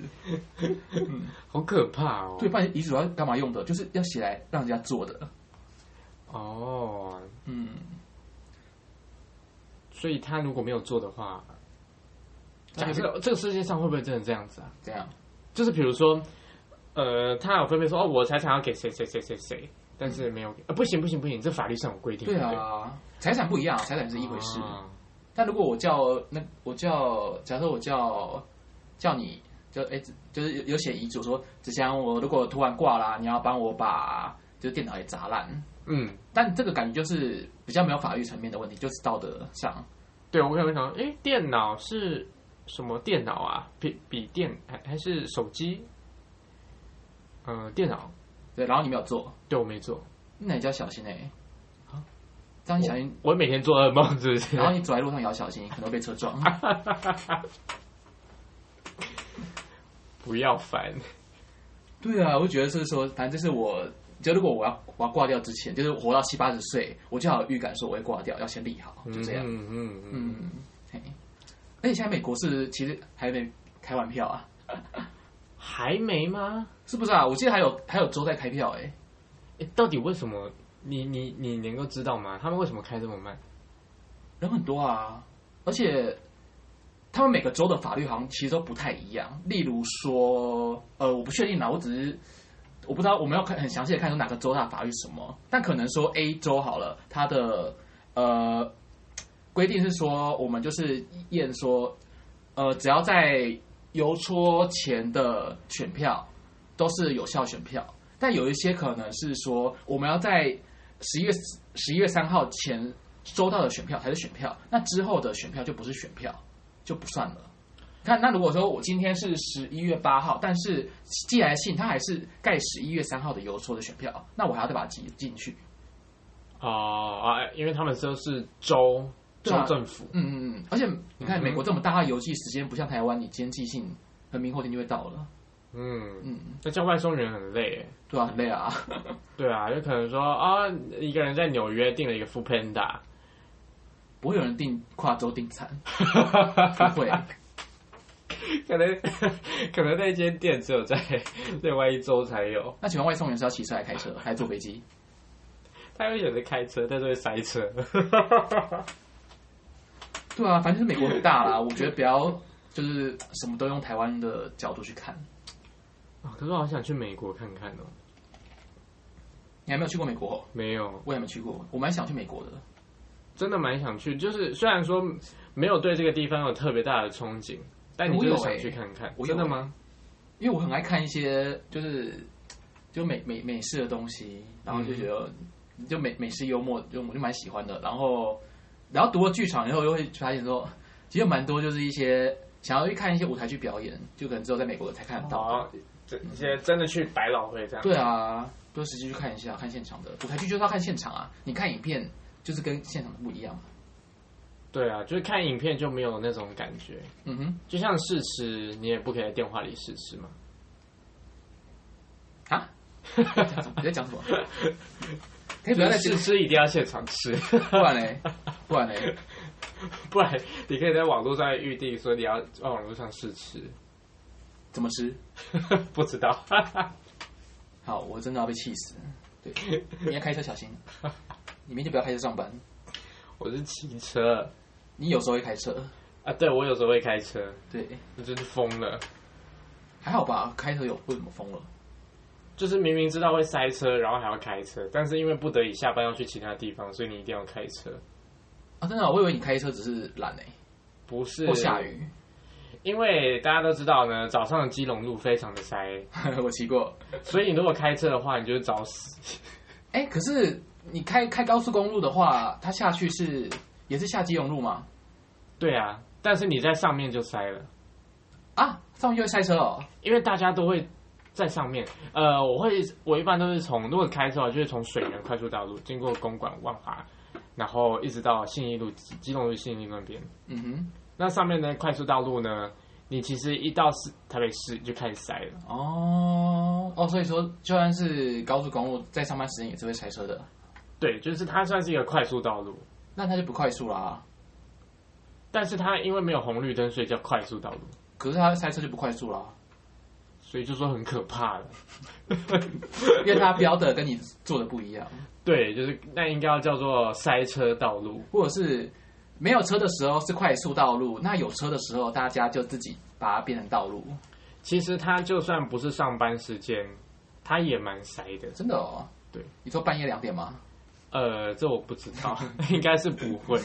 A: 好可怕哦。
B: 对，不然遗嘱要干嘛用的？就是要写来让人家做的。
A: 哦，
B: 嗯，
A: 所以他如果没有做的话，假
B: 那就是
A: 设这个世界上会不会真的这样子啊？
B: 这样，
A: 就是比如说，呃，他有分别说哦，我财产要给谁谁谁谁谁，但是没有给，呃，不行不行不行，这法律上有规定。
B: 对啊，财产不一样，财产是
A: 不对，
B: 一回事。
A: 啊
B: 但如果我叫那我叫，假设我叫叫你，就哎、就是有有写遗嘱说，子祥，我如果突然挂啦、你要帮我把就是电脑也砸烂。
A: 嗯，
B: 但这个感觉就是比较没有法律层面的问题，就是道德上。
A: 对，我可能会想，哎，电脑是什么电脑啊？笔笔电还还是手机？嗯、电脑，
B: 对，然后你没有做，
A: 对我没做，
B: 那你就要小心哎、这样你小心，
A: 我每天做噩梦，是不是？
B: 然后你走在路上也要小心，可能会被车撞。
A: 不要烦，
B: 对啊，我就觉得就是说，反正就是我，就如果我要我要挂掉之前，就是活到七八十岁，我就要有预感说我会挂掉，要先立好，就这样。
A: 嗯嗯嗯嗯，
B: 嗯，嘿。而且现在美国是其实还没开完票啊，
A: 还没吗？
B: 是不是啊？我记得还有还有周在开票哎、
A: 诶到底为什么？你你你能够知道吗？他们为什么开这么慢？
B: 人很多啊，而且他们每个州的法律好像其实都不太一样。例如说，呃，我不确定啦，我只是我不知道我没有看很详细的看出哪个州它的法律是什么，但可能说 A 州好了，它的呃规定是说，我们就是验说，呃，只要在邮戳前的选票都是有效选票，但有一些可能是说，我们要在十一月十一月三号前收到的选票才是选票，那之后的选票就不是选票，就不算了。看，那如果说我今天是十一月八号，但是寄来信它还是盖十一月三号的邮戳的选票，那我还要再把它寄进去。
A: 哦啊，因为他们都是州
B: 对
A: 州
B: 啊
A: 政府，
B: 嗯嗯嗯，而且你看
A: 嗯
B: 美国这么大，它邮寄时间不像台湾，你今天寄信，很明后天就会到了。
A: 嗯，
B: 嗯，
A: 那叫外送员很累耶。
B: 对啊，很累啊。
A: 对啊，就可能说啊，一个人在纽约订了一个 f o o Panda，
B: 不会有人订跨州订餐，不会。
A: 可能可能那间店只有在另外一周才有，
B: 那请问外送员是要骑车还是开车，还是坐飞机？
A: 他会选择开车，但是会塞车。
B: 对啊，反正就是美国很大啦，我觉得不要就是什么都用台湾的角度去看。
A: 啊，可是我好想去美国看看哦。
B: 你还没有去过美国？
A: 没有，
B: 我也没去过，我蛮想去美国的。
A: 真的蛮想去，就是虽然说没有对这个地方有特别大的憧憬，但你就是想去看看。
B: 我有
A: 真
B: 欸
A: 的吗？
B: 因为我很爱看一些就是就美美美式的东西，然后就觉得、就美美式幽默，就我就蛮喜欢的。然后然后读了剧场以后，又会发现说，其实蛮多就是一些想要去看一些舞台剧表演，就可能只有在美国才看得到。
A: 好，这些真的去百老汇这样。
B: 对啊，就实际去看一下，看现场的舞台剧就是要看现场啊，你看影片就是跟现场的不一样嘛。
A: 对啊，就是看影片就没有那种感觉，
B: 嗯哼，
A: 就像试吃，你也不可以在电话里试吃 嘛。
B: 啊， 你在讲什么？可以不要再
A: 试
B: 试，
A: 吃一定要现场吃，
B: 不然嘞，不然嘞。
A: 不然你可以在网络上预定说你要在网络上试吃，
B: 怎么吃？
A: 不知道。
B: 好，我真的要被气死。对，你要开车小心，你明天不要开车上班。
A: 我是骑车
B: 你有时候会开车，
A: 啊，对我有时候会开车，
B: 对，
A: 我真是疯了。
B: 还好吧？开车有为什么疯了？
A: 就是明明知道会塞车，然后还要开车，但是因为不得已下班要去其他地方，所以你一定要开车。
B: 啊，真的，我以为你开车只是懒哎、
A: 不是
B: 或下，雨。
A: 因为大家都知道呢，早上的基隆路非常的塞，
B: 我骑过，
A: 所以你如果开车的话，你就是找死。
B: 哎、可是你开开高速公路的话，它下去是也是下基隆路吗？
A: 对啊，但是你在上面就塞了，
B: 啊，上面就会塞车哦。
A: 因为大家都会在上面。呃，我会我一般都是从如果开车的话，就是从水源快速道路经过公馆、万华，然后一直到信义路、基隆路、信义路那边。
B: 嗯哼，
A: 那上面的快速道路呢，你其实一到市台北市就开始塞了。
B: 哦哦，所以说就算是高速公路，在上班时间也是会塞车的，
A: 对，就是它算是一个快速道路，
B: 那它就不快速啦。
A: 但是它因为没有红绿灯，所以叫快速道路，
B: 可是它塞车就不快速啦。
A: 所以就说很可怕了。
B: 因为它标的跟你做的不一样，
A: 对，就是那应该要叫做塞车道路。
B: 或者是没有车的时候是快速道路，那有车的时候大家就自己把它变成道路，
A: 其实它就算不是上班时间，它也蛮塞的。
B: 真的哦。
A: 对，
B: 你说半夜两点吗？
A: 呃，这我不知道，应该是不会。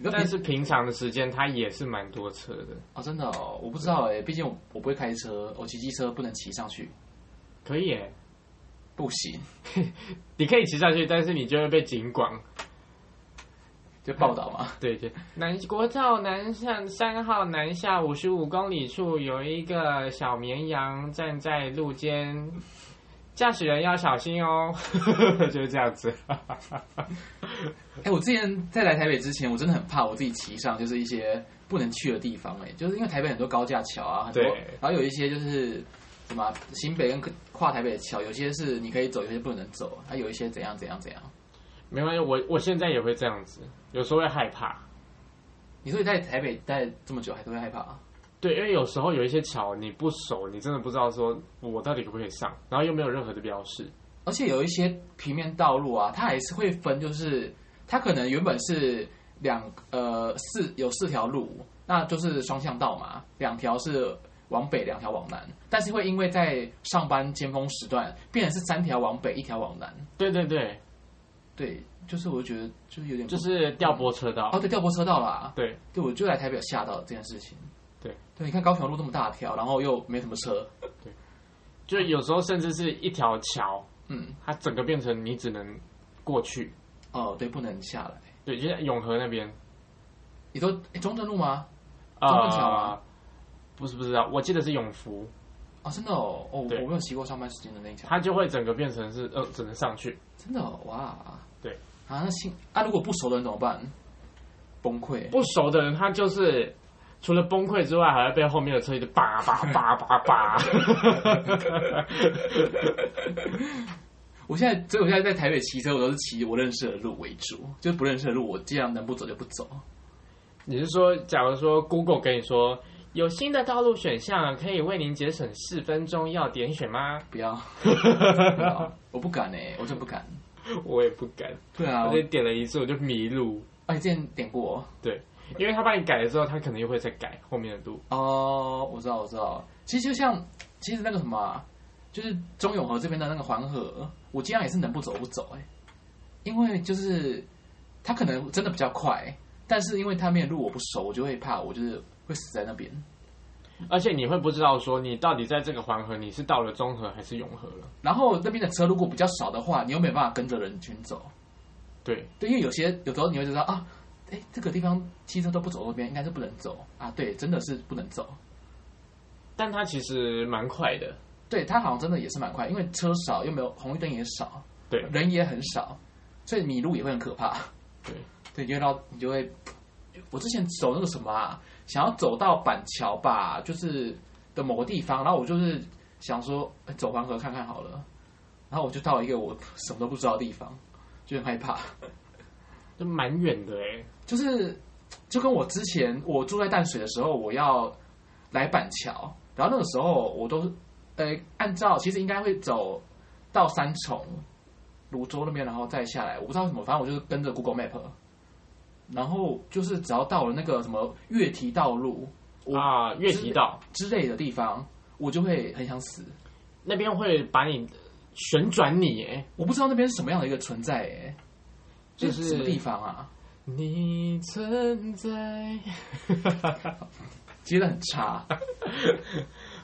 B: 你说平
A: 但是平常的时间，它也是蛮多车的。
B: 哦，真的哦，我不知道哎，毕竟我我不会开车，我骑机车不能骑上去，
A: 可以耶，
B: 不行，
A: 你可以骑上去，但是你就会被警广。
B: 就报道 嘛。
A: 对对，南国道南上三号南下五十五公里处有一个小绵羊站在路肩，驾驶人要小心哦， 就是这样子。
B: 哎，我之前在来台北之前，我真的很怕我自己骑上就是一些不能去的地方，哎，就是因为台北很多高架桥啊，很多
A: 对，
B: 然后有一些就是什么啊新北跟跨台北的桥，有些是你可以走，有些不能走，还有一些怎样怎样怎样。
A: 没关系，我我现在也会这样子，有时候会害怕。
B: 你说你在台北待这么久，还是会害怕、啊？
A: 对，因为有时候有一些桥你不熟，你真的不知道说我到底可不可以上，然后又没有任何的标识。
B: 而且有一些平面道路啊，它还是会分，就是它可能原本是两呃四有四条路，那就是双向道嘛，两条是往北，两条往南，但是会因为在上班尖峰时段，变成是三条往北，一条往南。
A: 对对对，
B: 对，就是我觉得就是有点
A: 就是调拨车道。
B: 哦，对，调拨车道啦。
A: 对
B: 对，我就来台北有吓到这件事情。
A: 对
B: 对，你看高雄路这么大条，然后又没什么车，
A: 就有时候甚至是一条桥，
B: 嗯，
A: 它整个变成你只能过去。
B: 哦，对，不能下来。
A: 对，就在永和那边
B: 你说诶中正路吗？
A: 啊、
B: 中正桥吗
A: 不是不知道，我记得是永福，
B: 哦，真的哦，哦，我
A: 对
B: 没有骑过上班时间的那一条，
A: 它就会整个变成是呃，只能上去。
B: 真的哦哇。
A: 对
B: 啊，那新啊，如果不熟的人怎么办？崩溃。
A: 不熟的人，他就是除了崩溃之外，还会被后面的车一直叭叭叭叭叭。
B: 我现在，所以我现在在台北骑车，我都是骑我认识的路为主，就是不认识的路，我尽量能不走就不走。
A: 你是说，假如说 Google 跟你说有新的道路选项可以为您节省四分钟，要点选吗？
B: 不要，不要我不敢哎、我真的不敢。
A: 我也不敢，
B: 对啊，
A: 我
B: 我
A: 就点了一次我就迷路。
B: 啊，你之前点过
A: 对，因为他帮你改了之后，他可能又会再改后面的路。
B: 哦，我知道，我知道。其实就像，其实那个什么啊，就是中永和这边的那个黄河，我尽量也是能不走不走哎、因为就是它可能真的比较快，但是因为它面的路我不熟，我就会怕，我就是会死在那边。
A: 而且你会不知道说你到底在这个黄河，你是到了中和还是永和了？
B: 然后那边的车如果比较少的话，你又没办法跟着人群走，
A: 对，
B: 对，因为有些有时候你会知道啊，哎，这个地方汽车都不走路边，应该是不能走啊，对，真的是不能走。
A: 但它其实蛮快的。
B: 对他好像真的也是蛮快，因为车少又没有红绿灯也少，
A: 对
B: 人也很少，所以迷路也会很可怕。
A: 对，
B: 对，你就会到你就会，我之前走那个什么啊，想要走到板桥吧，就是的某个地方，然后我就是想说哎走黄河看看好了，然后我就到了一个我什么都不知道的地方，就很害怕，
A: 就蛮远的哎、
B: 就是就跟我之前我住在淡水的时候，我要来板桥，然后那个时候我都是呃，按照其实应该会走到三重、泸州那边，然后再下来。我不知道为什么，反正我就是跟着 Google Map，然后就是只要到了那个什么越堤道路我
A: 啊，越提到
B: 之类的地方，我就会很想死。
A: 那边会把你旋转你哎，
B: 我不知道那边是什么样的一个存在、欸，
A: 就
B: 这
A: 是
B: 什么地方啊？
A: 你存在，
B: 接的很差，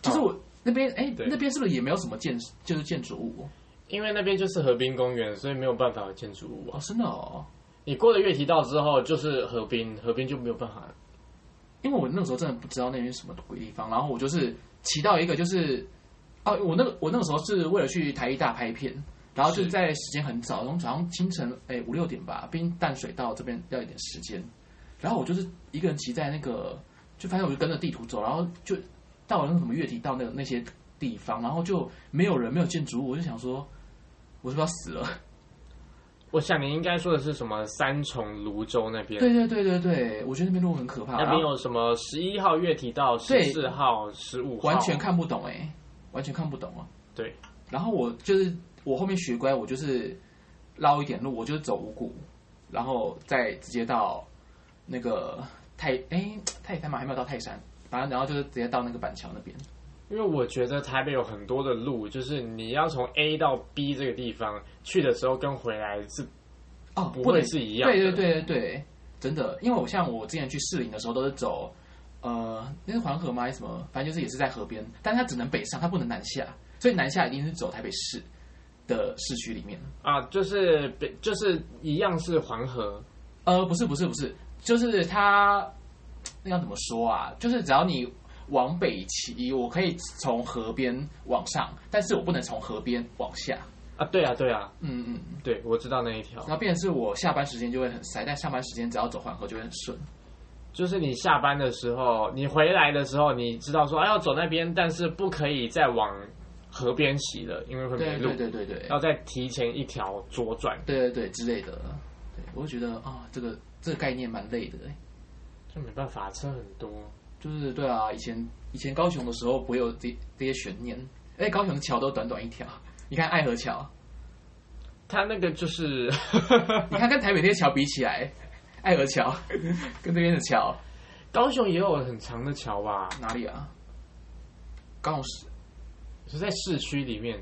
B: 就是我那边哎、
A: 对
B: 那边是不是也没有什么建就是建筑物？
A: 因为那边就是河滨公园，所以没有办法有建筑物啊
B: 哦，。真的哦，
A: 你过了越提道之后，就是河滨，河滨就没有办法。
B: 因为我那个时候真的不知道那边是什么鬼地方，然后我就是骑到一个就是，哦，我那个我那个时候是为了去台艺大拍片，然后就是
A: 是
B: 在时间很早，从早上清晨哎五六点吧，毕竟淡水到这边要一点时间，然后我就是一个人骑在那个，就反正我就跟着地图走，然后就到了那个什么月底到那个那些地方，然后就没有人没有建筑物，我就想说，我是不是要死了？
A: 我想你应该说的是什么三重、泸州那边，
B: 对对对对对，我觉得那边路很可怕，
A: 那边有什么十一号越提道、十
B: 对
A: 四号、十五号，
B: 完全看不懂哎、完全看不懂啊。
A: 对。
B: 然后我就是我后面学乖，我就是绕一点路，我就是走五股，然后再直接到那个泰哎泰山嘛，还没有到泰山，反正然后就是直接到那个板桥那边。
A: 因为我觉得台北有很多的路，就是你要从 A 到 B 这个地方去的时候，跟回来是
B: 哦，
A: 不
B: 能
A: 会是一样的
B: 对对对对对，真的，因为我像我之前去士林的时候都是走。呃，那是黄河吗？还是什么？反正就是也是在河边，但它只能北上，它不能南下，所以南下一定是走台北市的市区里面。
A: 啊，就是北就是一样是黄河，
B: 呃，不是不是不是，就是它那要怎么说啊？就是只要你往北骑，我可以从河边往上，但是我不能从河边往下。
A: 啊，对啊，对啊，
B: 嗯嗯，嗯
A: 对，我知道那一条
B: 然，后变成是我下班时间就会很塞，但上班时间只要走缓河就会很顺。
A: 就是你下班的时候，你回来的时候，你知道说，哎、要走那边，但是不可以再往河边骑了，因为会
B: 对
A: 迷路，啊
B: 对对对对
A: 要再提前一条左转，
B: 对对对之类的。对，我就觉得啊、这个这个概念蛮累的欸。
A: 就没办法，车很多，
B: 就是对啊，以前以前高雄的时候不会有这这些悬念，而且高雄的桥都短短一条。你看爱河桥，
A: 它那个就是，
B: 你看跟台北那些桥比起来，爱河桥 跟这边的桥
A: 高雄也有很长的桥吧，
B: 哪里啊？高雄市，
A: 是在市区里面，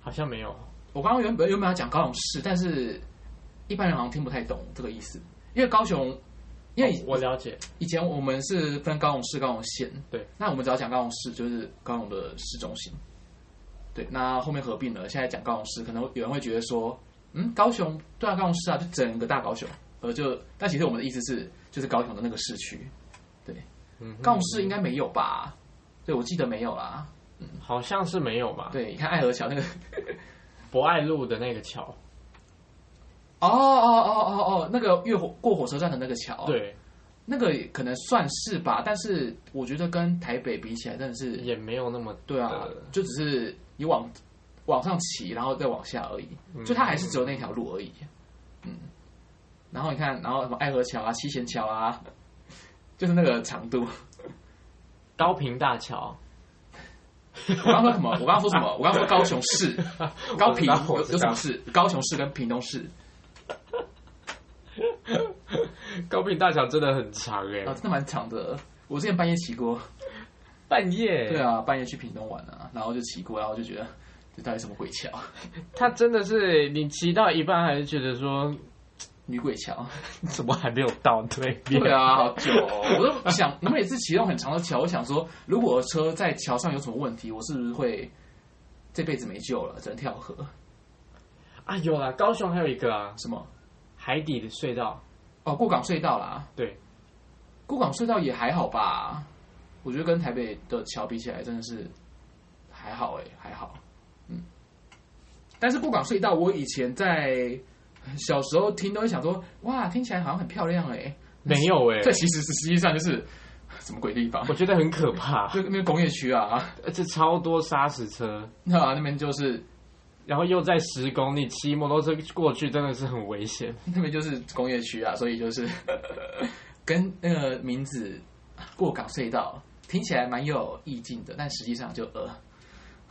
A: 好像没有。
B: 我刚刚原本原本要讲高雄市，但是一般人好像听不太懂这个意思，因为高雄，因为以
A: 哦我了解，
B: 以前我们是分高雄市、高雄县，
A: 对，
B: 那我们只要讲高雄市，就是高雄的市中心，对，那后面合并了，现在讲高雄市，可能有人会觉得说，嗯，高雄对啊，高雄市啊，就整个大高雄，呃，就但其实我们的意思是，就是高雄的那个市区，
A: 嗯哼，
B: 高雄市应该没有吧？对，我记得没有啦。
A: 好像是没有吧？
B: 对，你看爱河桥那个，
A: 博爱路的那个桥，
B: 哦哦哦哦哦，那个越火过火车站的那个桥，，
A: 对，
B: 那个可能算是吧，但是我觉得跟台北比起来，真的是
A: 也没有那么
B: 对啊
A: 呃，
B: 就只是你往往上骑，然后再往下而已，
A: 嗯
B: 就它还是只有那条路而已。嗯，然后你看，然后什么爱河桥啊、七贤桥啊，就是那个长度。
A: 高平大桥。
B: 我刚刚说什么？我刚刚说什么？我刚刚说高雄 市、高平有
A: 我
B: 有
A: 知道我知道
B: 什么市？高雄市跟屏东市
A: 高平大桥真的很长哎、
B: 啊，真的蛮长的。我之前半夜骑过，
A: 半夜，欸
B: 对啊，半夜去屏东玩啊，然后就骑过，然后就觉得这到底什么鬼桥？
A: 它真的是你骑到一半还是觉得说
B: 女鬼桥。
A: 怎么还没有到对面？
B: 对 啊，好久、哦，我都想，我每次骑那种很长的桥，我想说，如果车在桥上有什么问题，我是不是会这辈子没救了，只能跳河？
A: 啊，有啦，高雄还有一个啊，
B: 什么？
A: 海底的隧道，
B: 哦，过港隧道啦，
A: 对，
B: 过港隧道也还好吧，我觉得跟台北的桥比起来，真的是还好哎、还好，嗯。但是过港隧道，我以前在小时候听都会想说，哇，听起来好像很漂亮哎、
A: 没有哎、
B: 这其实是实际上就是 什么鬼地方？
A: 我觉得很可怕，
B: 就那边工业区啊，
A: 而且超多砂石车，
B: 那、那边就是
A: 然后又在施工，你骑摩托车过去真的是很危险。
B: 那边就是工业区啊，所以就是 跟那个名字过港隧道听起来蛮有意境的，但实际上就呃，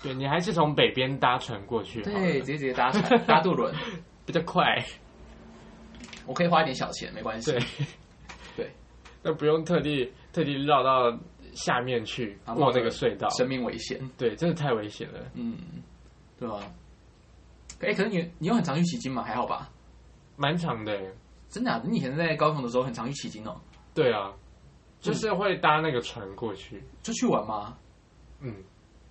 A: 对你还是从北边搭船过去好了，
B: 对，直接直接搭船搭渡轮，
A: 比较快，
B: 我可以花一点小钱没关系
A: 对，
B: 对，
A: 那不用特地特地绕到下面去
B: 啊
A: 过那个隧道，
B: 生命危险，
A: 对，真的太危险了，
B: 嗯，对吧、啊？哎、可是你你有很常去迄今吗？还好吧？
A: 蛮长的欸。
B: 真的、啊，你以前在高雄的时候很常去迄今哦，
A: 对啊，就是会搭那个船过去，
B: 就去玩吗？
A: 嗯，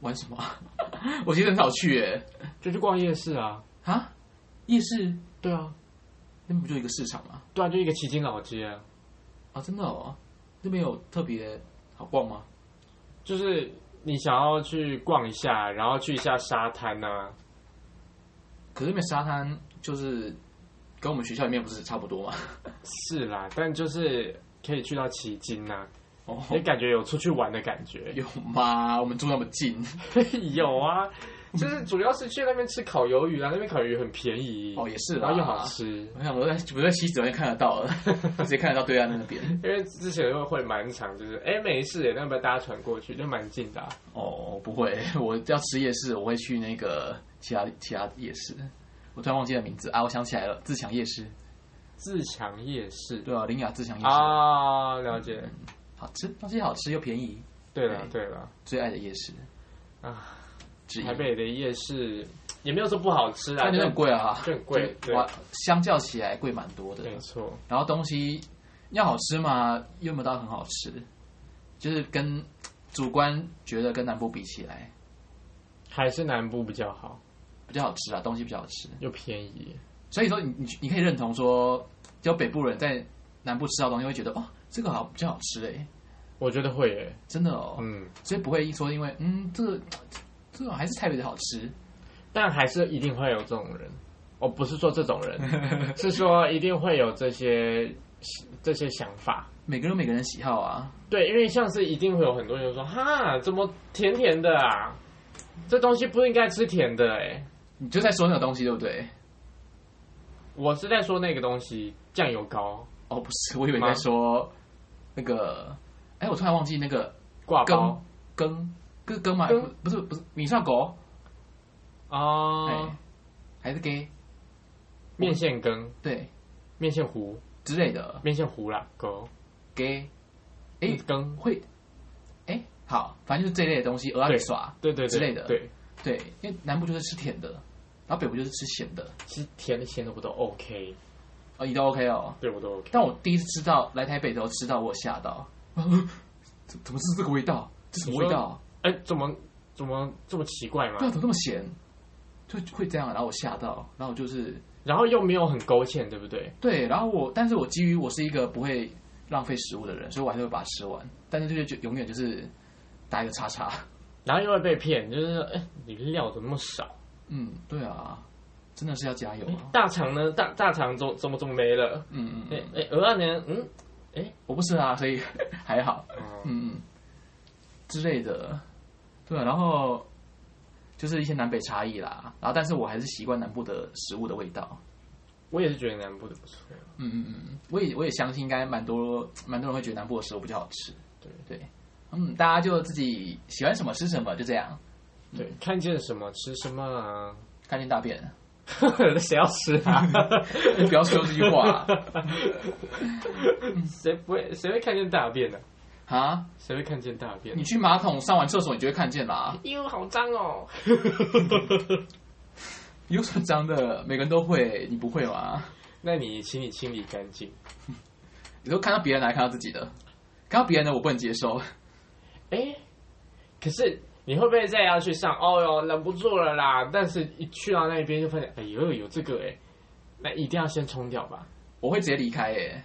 B: 玩什么啊？ 我其实很少去耶、
A: 就去逛夜市啊。
B: 啊，夜市
A: 对啊，
B: 那不就一个市场吗？
A: 对啊，就一个旗津老街啊，
B: 啊，真的哦，那边有特别好逛吗？
A: 就是你想要去逛一下，然后去一下沙滩啊。
B: 可是那边沙滩就是跟我们学校里面不是差不多吗？
A: 是啦，但就是可以去到旗津啊，
B: 哦，
A: 也感觉有出去玩的感觉。
B: 有吗？我们住那么近
A: 有啊，就是主要是去那边吃烤鱿鱼啊，那边烤鱿鱼很便宜，
B: 哦，也是
A: 然
B: 啦，
A: 后又好。吃。
B: 我想我在我在西子湾看得到了，直接看得到对岸那边。
A: 因为之前会会蛮长，就是哎、没事，那要不要搭船过去？就蛮近的啊、
B: 哦，不会，我要吃夜市，我会去那个其他其他夜市。我突然忘记了名字啊！我想起来了，自强夜市。
A: 自强夜市
B: 对嗯啊，林雅自强夜市，
A: 啊，了解。
B: 好吃，东西好吃又便宜，
A: 对了，对了，
B: 最爱的夜市
A: 啊！
B: 之一
A: 台。北的夜市也没有说不好吃啊，
B: 但就很
A: 就
B: 贵啊，
A: 就很贵，对，
B: 哇，相较起来贵蛮多的。
A: 没错，
B: 然后东西要好吃嘛，又没有到很好吃，就是跟主观觉得跟南部比起来
A: 还是南部比较好，
B: 比较好吃啊，东西比较好吃。
A: 又便宜。
B: 所以说你你你可以认同说，就北部人在南部吃到东西会觉得哦，这个好比较好吃诶，
A: 我觉得会耶，
B: 真的哦，
A: 嗯，
B: 所以不会说因为嗯这个这个还是台北的好吃，
A: 但还是一定会有这种人。我不是说这种 人，是说一定会有这些这些想法。
B: 每个人有每个人喜好啊，
A: 对，因为像是一定会有很多人说，哈，怎么甜甜的啊？这东西不应该吃甜的哎。
B: 你就在说那个东西对不对？
A: 我是在说那个东西，酱油膏。
B: 哦，不是，我以为你
A: 吗
B: 在说那个哎，我突然忘记那个
A: 挂
B: 羹
A: 包
B: 羹，不是羹吗？
A: 羹
B: 不不是不是米蒜狗，
A: 啊
B: 哎，，还是给
A: 哦面线羹、
B: 对
A: 面线糊、
B: 之类的
A: 面线糊啦，狗
B: 给，哎
A: 嗯羹，
B: 会，哎好，反正就是这类的东西，鹅仔
A: 对
B: 耍
A: 对对对
B: 之类的
A: 对，
B: 对，因为南部就是吃甜的，然后北部就是吃咸的，
A: 其实甜的咸的我都 OK，
B: 哦，你都 OK 哦。
A: 对我都 OK。
B: 但我第一次吃到来台北的时候吃到我吓到， 怎怎么是这个味道？这什么味道？
A: 哎，怎么怎么这么奇怪嘛
B: 对啊，？怎么那么咸？就就会这样，然后我吓到，然后我就是
A: 然后又没有很勾芡，对不对？
B: 对，然后我，但是我基于我是一个不会浪费食物的人，所以我还是会把它吃完，但是就是就永远就是打一个叉叉。
A: 然后又会被骗，就是哎，你料怎么那么少？
B: 嗯，对啊，真的是要加油啊。
A: 大肠呢？大大肠怎么怎么怎么没了？
B: 嗯嗯，
A: 哎哎，鹅啊呢？嗯，
B: 我不吃啊，所以 还好。
A: 哦
B: 嗯嗯，之类的，对、啊，然后就是一些南北差异啦，然后但是我还是习惯南部的食物的味道。
A: 我也是觉得南部的不错。
B: 嗯嗯嗯嗯，我也我也相信应该蛮多蛮多人会觉得南部的食物比较好吃。
A: 对
B: 对，嗯，大家就自己喜欢什么吃什么，就这样。
A: 对，看见什么吃什么啊？
B: 看见大便，
A: 谁要吃啊？
B: 不要说这句话
A: 谁不会？谁会看见大便呢、
B: 啊！啊
A: 谁会看见大便
B: 你？去马桶上完厕所，你就会看见啦。
A: 哟，好脏哦！
B: 有什么脏的？每个人都会，你不会吗？
A: 那你请你清理干净。
B: 你都看到别人来看到自己的，看到别人的我不能接受。
A: 哎、可是你会不会再要去上？哦哟，忍不住了啦！但是一去到那边就发现，哎呦，有这个哎、那一定要先冲掉吧。
B: 我会直接离开耶、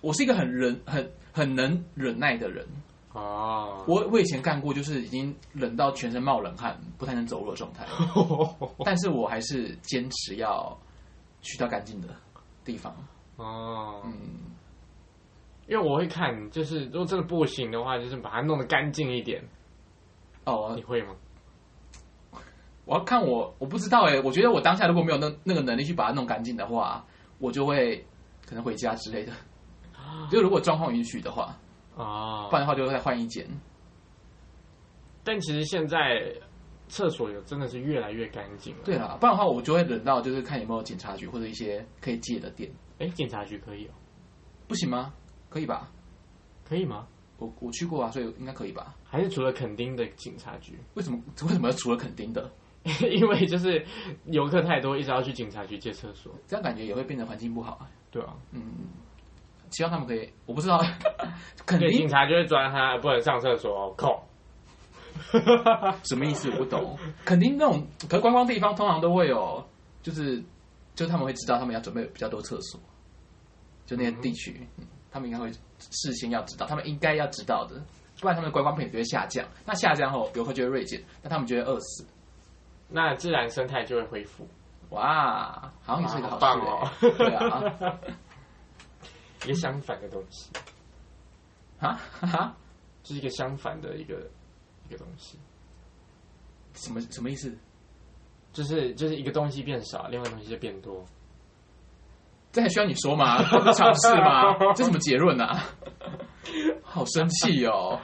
B: 我是一个很忍、很很能忍耐的人。
A: 哦，
B: 我我以前干过，就是已经冷到全身冒冷汗、不太能走路的状态，
A: 哦
B: 但是我还是坚持要去到干净的地方。
A: 哦，
B: 嗯，
A: 因为我会看，就是如果真的不行的话，就是把它弄得干净一点。
B: 哦
A: 你，会吗？
B: 我要看我，我不知道哎、我觉得我当下如果没有那那个能力去把它弄干净的话，我就会可能回家之类的。就如果状况允许的话，
A: 哦
B: 不，然的话就再换一间。
A: 但其实现在厕所有真的是越来越干净了。
B: 对啦，不然的话我就会忍到就是看有没有警察局或者一些可以借的店，
A: 哎、警察局可以哦、
B: 不行吗？可以吧？
A: 可以吗？
B: 我我去过啊，所以应该可以吧？
A: 还是除了垦丁的警察局，
B: 为什么为什么要除了垦丁的？
A: 因为就是游客太多，一直要去警察局借厕所。
B: 这样感觉也会变得环境不好啊。
A: 对啊，
B: 嗯，希望他们可以，我不知道， 垦
A: 对，警
B: 丁
A: 察就会抓他，不能上厕所哦，扣。
B: 什么意思？我不懂。垦丁那种可是观光地方通常都会有，就是就是他们会知道他们要准备比较多厕所，就那些地区，嗯他们应该会事先要知道，他们应该要知道的，不然他们的观光品就会下降。那下降后游客就会锐减，那他们就会饿死。
A: 那自然生态就会恢复，
B: 哇，好像也是一个
A: 好
B: 好事、
A: 棒
B: 欸
A: 哦。
B: 对啊，
A: 一个相反的东西，
B: 啊哈哈。
A: 就是一个相反的一个一个东西，
B: 什么什么意思？
A: 就是就是一个东西变少，另外东西就变多。
B: 这还需要你说吗？ 尝试吗？这什么结论啊？ 好生气哦！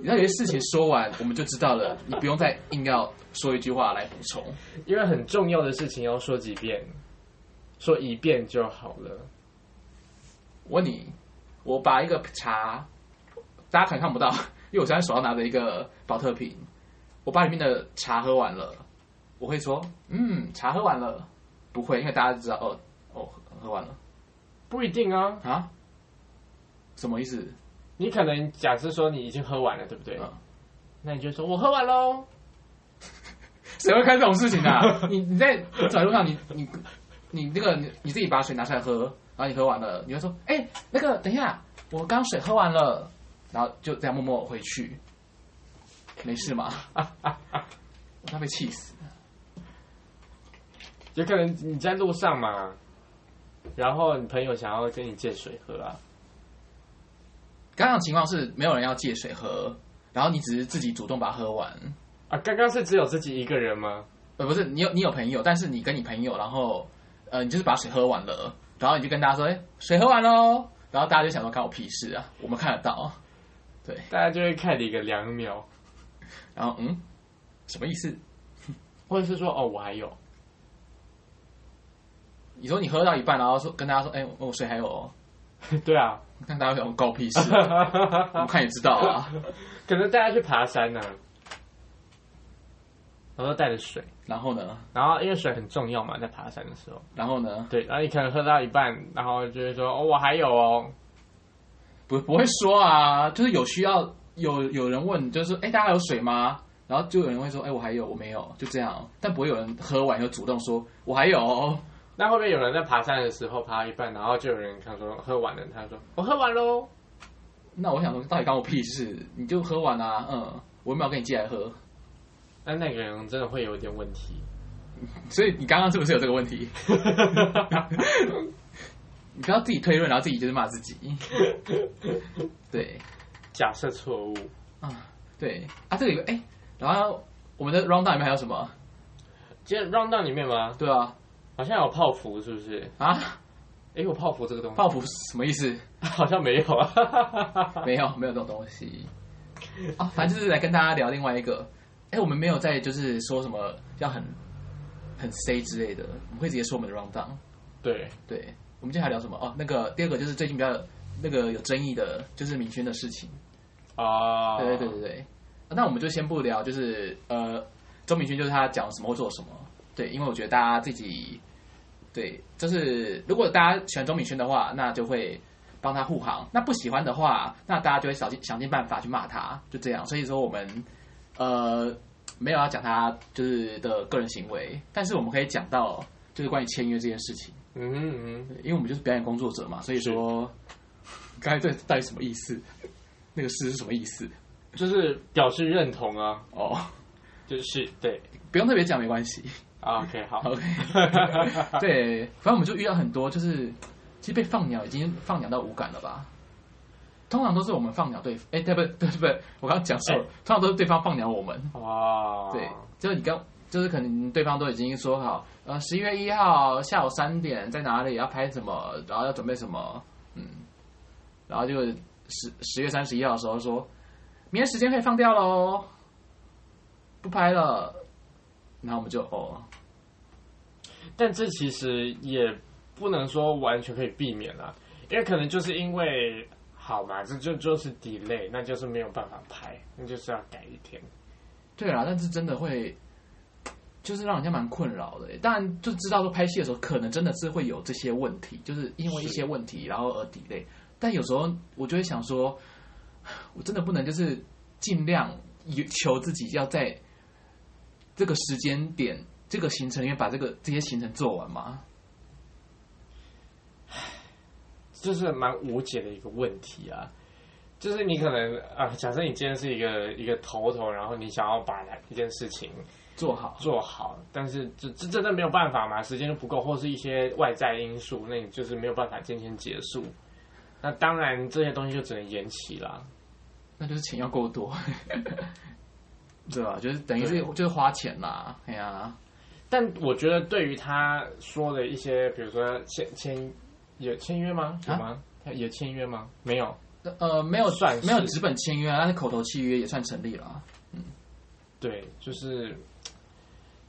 B: 你让有些事情说完，我们就知道了，你不用再硬要说一句话来补充。
A: 因为很重要的事情要说几遍，说一遍就好了。
B: 我问你，我把一个茶，大家可能看不到，因为我现在手上拿着一个保特瓶，我把里面的茶喝完了，我会说，嗯，茶喝完了，不会，因为大家知道，哦哦，喝完了
A: 不一定啊，
B: 啊？什么意思？
A: 你可能假设说你已经喝完了，对不对？
B: 嗯
A: 那你就说我喝完喽。
B: 谁会干这种事情啊？ 你你在走在路上，你你你那个你你自己把水拿出来喝，然后你喝完了，你会说，哎、那个等一下，我刚水喝完了，然后就这样默默回去，没事 嘛？我要被气死！
A: 有可能你在路上嘛，然后你朋友想要跟你借水喝啊，
B: 刚刚情况是没有人要借水喝，然后你只是自己主动把它喝完，
A: 啊，刚刚是只有自己一个人吗？
B: 呃，不是你有你有朋友，但是你跟你朋友，然后呃，你就是把水喝完了，然后你就跟大家说，哎、水喝完喽，然后大家就想说干我屁事啊，我们看得到，对，
A: 大家就会看你一个两秒，
B: 然后嗯，什么意思？
A: 或者是说哦我还有，
B: 你说你喝到一半，然后说跟大家说，哎、我我水还有、哦，
A: 对啊，
B: 那大家想搞屁事，我看也知道啊。
A: 可能大家去爬山呢、然后带着水，
B: 然后呢，
A: 然后因为水很重要嘛，在爬山的时候，
B: 然后呢，
A: 对，然后你可能喝到一半，然后就会说哦我还有哦，
B: 不不会说啊，就是有需要，有有人问，就是哎、大家有水吗？然后就有人会说，哎、我还有，我没有，就这样。但不会有人喝完就主动说，我还有哦。
A: 那会不会有人在爬山的时候爬到一半，然后就有人看说喝完了，他说我喝完喽，
B: 那我想说，到底关我屁事？你就喝完啊，嗯，我又没有跟你借来喝。
A: 那那个人真的会有一点问题。
B: 所以你刚刚是不是有这个问题？你不要自己推论，然后自己就是骂自己。对，
A: 假设错误，
B: 对啊，这个有哎、然后我们的 round down 里面还有什么？
A: 今天 round down 里面吗？
B: 对啊，
A: 好像有泡芙，是不是？
B: 啊，
A: 诶，有泡芙这个东西，
B: 泡芙是什么意思？
A: 好像没有啊。
B: 没有，没有这种东西啊。反正就是来跟大家聊另外一个，哎、我们没有在就是说什么要很很 say 之类的，我们会直接说我们的 round down。
A: 对，
B: 对，我们今天还聊什么？哦，那个第二个就是最近比较那个有争议的，就是明轩的事情。
A: 啊、
B: 对对对对对。那我们就先不聊，就是呃，周明轩就是他讲什么或做什么，对，因为我觉得大家自己对，就是如果大家喜欢周明轩的话，那就会帮他护航；那不喜欢的话，那大家就会想尽想尽办法去骂他，就这样。所以说我们呃没有要讲他就是的个人行为，但是我们可以讲到就是关于签约这件事情，
A: 嗯哼嗯哼，
B: 因为我们就是表演工作者嘛，所以说刚才这到底什么意思？那个“是”是什么意思？
A: 就是表示认同啊，
B: 哦。
A: 就是对
B: 不用特别讲没关系。
A: 啊，OK，好，
B: OK，对，反正我们就遇到很多，就是其实被放鸟已经放鸟到无感了吧？通常都是我们放鸟对，哎、对不对？对不对？我刚刚讲错了，通常都是对方放鸟我们。
A: 哇，
B: 对，就是你刚，就是可能对方都已经说好，呃，十一月一号下午三点在哪里要拍什么，然后要准备什么，嗯，然后就十十月三十一号的时候说，明天时间可以放掉喽，不拍了，然后我们就哦。
A: 但这其实也不能说完全可以避免啦，因为可能就是因为好嘛，这就就是 delay，那就是没有办法拍，那就是要改一天。
B: 对啦，但是真的会，就是让人家蛮困扰的耶。当然就知道说拍戏的时候，可能真的是会有这些问题，就是因为一些问题然后而 delay。但有时候我就会想说，我真的不能就是尽量求自己要在这个时间点、这个行程里面把这个这些行程做完吗？
A: 这是蛮无解的一个问题啊。就是你可能啊、假设你今天是一个一个头头，然后你想要把一件事情
B: 做好，
A: 做好，但是这这真的没有办法嘛，时间就不够，或是一些外在因素，那你就是没有办法今天结束。那当然这些东西就只能延期啦。
B: 那就是钱要够多， 对吧？就是等于是就是花钱啦，哎呀、
A: 但我觉得对于他说的一些，比如说签签有签约吗？
B: 啊
A: 有吗？他有签约吗？没有。
B: 呃，没有
A: 算是
B: 没有纸本签约啊，但是口头契约也算成立了啊。
A: 对，就是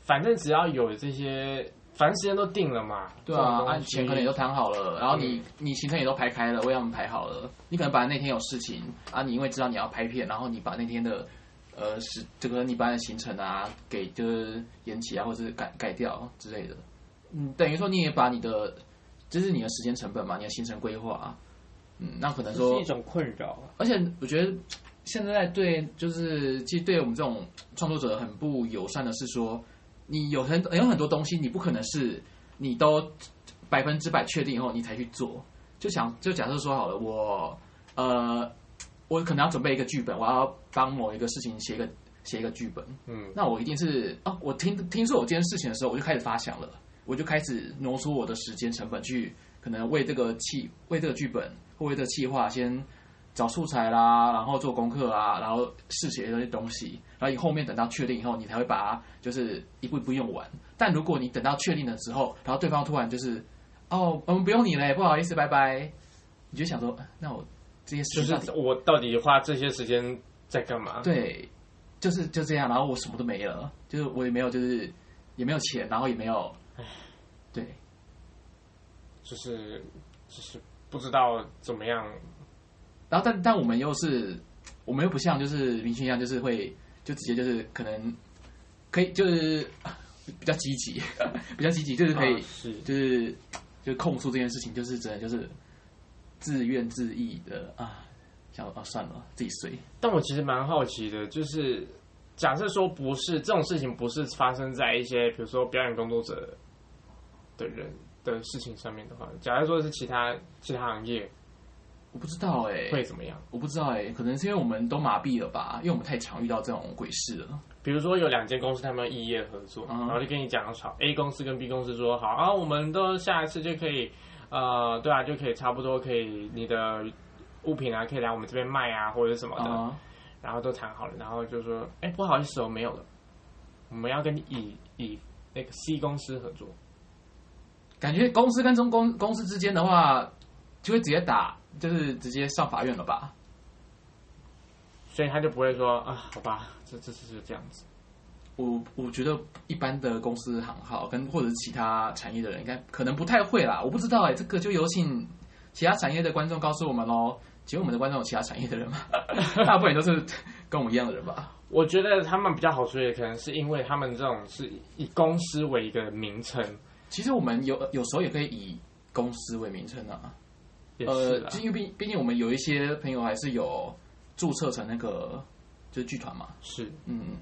A: 反正只要有这些，反正时间都定了嘛。
B: 对
A: 这种
B: 啊，
A: 东
B: 按
A: 西
B: 钱可能也都谈好
A: 嗯
B: 了，然后你、你行程也都排开了，为他们排好了。你可能本来那天有事情啊，你因为知道你要拍片，然后你把那天的呃是这个你把的行程啊给就是延期啊，或者是改改掉之类的。嗯，等于说你也把你的就是你的时间成本嘛，你的行程规划，嗯，那可能
A: 这
B: 说
A: 是一种困扰啊。
B: 而且我觉得现在对就是其实对我们这种创作者很不友善的是说，你有很有很多东西你不可能是你都百分之百确定以后你才去做。就想就假设说好了，我呃我可能要准备一个剧本，我要帮某一个事情写一个写一个剧本，
A: 嗯，
B: 那我一定是哦，我听听说我这件事情的时候，我就开始发想了，我就开始挪出我的时间成本去，可能为这个企为这个剧本或为这个企划先找素材啦，然后做功课啊，然后试写一些东西，然后你后面等到确定以后，你才会把它就是一步一步用完。但如果你等到确定了之后，然后对方突然就是哦，我们不用你嘞，不好意思，拜拜。你就想说，呃那我这些
A: 就
B: 事
A: 是
B: 到底
A: 我到底花这些时间在干嘛？
B: 对，就是就这样，然后我什么都没了，就是我也没有，就是也没有钱，然后也没有，对，
A: 就是就是不知道怎么样，
B: 然后但但我们又是，我们又不像就是明星一样，就是会就直接就是可能可以就是 啊比较积极，比较积极，就是可以、
A: 啊是
B: 就是就控诉这件事情，就是真的就是自怨自艾的啊，想啊算了，自己随。
A: 但我其实蛮好奇的，就是假设说不是这种事情，不是发生在一些比如说表演工作者的人的事情上面的话，假如说是其他其他行业
B: 我不知道哎、
A: 会怎么样？
B: 我不知道哎、可能是因为我们都麻痹了吧，因为我们太常遇到这种鬼事了。
A: 比如说有两间公司他们异业合作，
B: 嗯
A: 然后就跟你讲好，A 公司跟 B 公司说好啊，我们都下一次就可以，呃，对啊，就可以差不多可以你的物品啊，可以来我们这边卖啊，或者什么的。
B: 啊、
A: 然后都谈好了，然后就说，哎，不好意思哦，没有了，我们要跟乙乙那个 C 公司合作，
B: 感觉公司跟中公公司之间的话，就会直接打，就是直接上法院了吧？
A: 所以他就不会说啊，好吧，这这次就这样子，
B: 我我觉得一般的公司行号跟或者是其他产业的人，应该可能不太会啦。我不知道哎、这个就有请其他产业的观众告诉我们喽。请问我们的观众有其他产业的 人吗？大部分人都是跟我们一样的人吧？
A: 我觉得他们比较好处理，可能是因为他们这种是以公司为一个名称，
B: 其实我们有有时候也可以以公司为名称啊。
A: 也是
B: 呃，
A: 啦
B: 就因为毕毕竟我们有一些朋友还是有注册成那个就是剧团嘛，
A: 是，
B: 嗯，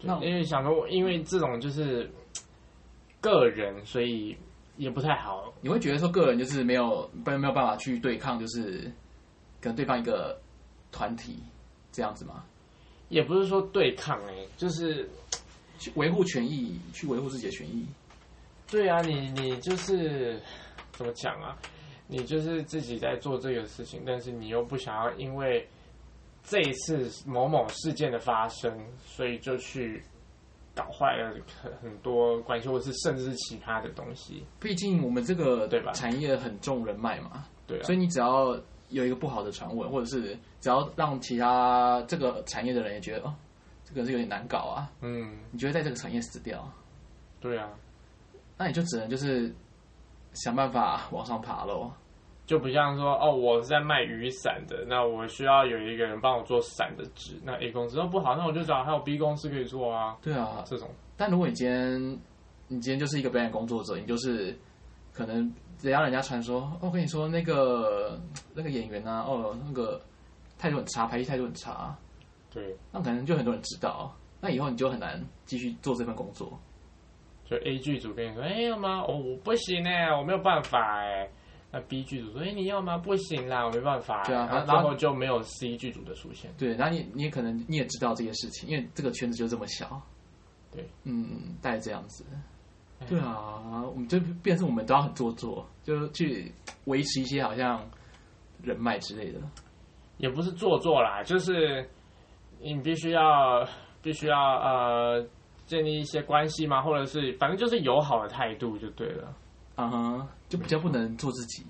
A: 对
B: 那我
A: 因为想说，因为这种就是个人，所以也不太好，
B: 你会觉得说个人就是没有没有没有办法去对抗，就是跟对方一个团体这样子嘛，
A: 也不是说对抗哎、就是
B: 去维护权益，去维护自己的权益。
A: 对啊，你你就是怎么讲啊？你就是自己在做这个事情，但是你又不想要因为这一次某某事件的发生，所以就去搞坏了很很多关系，或是甚至是其他的东西，
B: 毕竟我们这个
A: 对吧
B: 产业很重人脉嘛，
A: 对啊。
B: 所以你只要有一个不好的传闻，或者是只要让其他这个产业的人也觉得哦，这个是有点难搞啊，
A: 嗯，
B: 你就会在这个产业死掉。
A: 对啊，
B: 那你就只能就是想办法往上爬喽。
A: 就不像说哦，我是在卖雨伞的，那我需要有一个人帮我做伞的纸，那 A 公司说哦不好，那我就找还有 B 公司可以做啊，
B: 对啊，
A: 这种
B: 但如果你今天你今天就是一个表演工作者，你就是可能只要人家传说，哦，我跟你说那个那个演员啊，哦，那个态度很差，排戏态度很差，
A: 对，
B: 那可能就很多人知道，那以后你就很难继续做这份工作。
A: 就 A 剧组跟你说，哎、要吗？哦，我不行哎、我没有办法哎、那 B 剧组说，哎、你要吗？不行啦，我没办法、
B: 对啊
A: 然后
B: 然后
A: 最后就没有 C 剧组的出现。
B: 对，然后你你也可能你也知道这些事情，因为这个圈子就这么小。
A: 对，
B: 嗯，大概这样子。
A: 哎
B: 对啊，我们就变成我们都要很做作，就是去维持一些好像人脉之类的。
A: 也不是做作啦，就是你必须要 必须要呃建立一些关系嘛，或者是反正就是友好的态度就对了，
B: 啊哈，就比较不能做自己，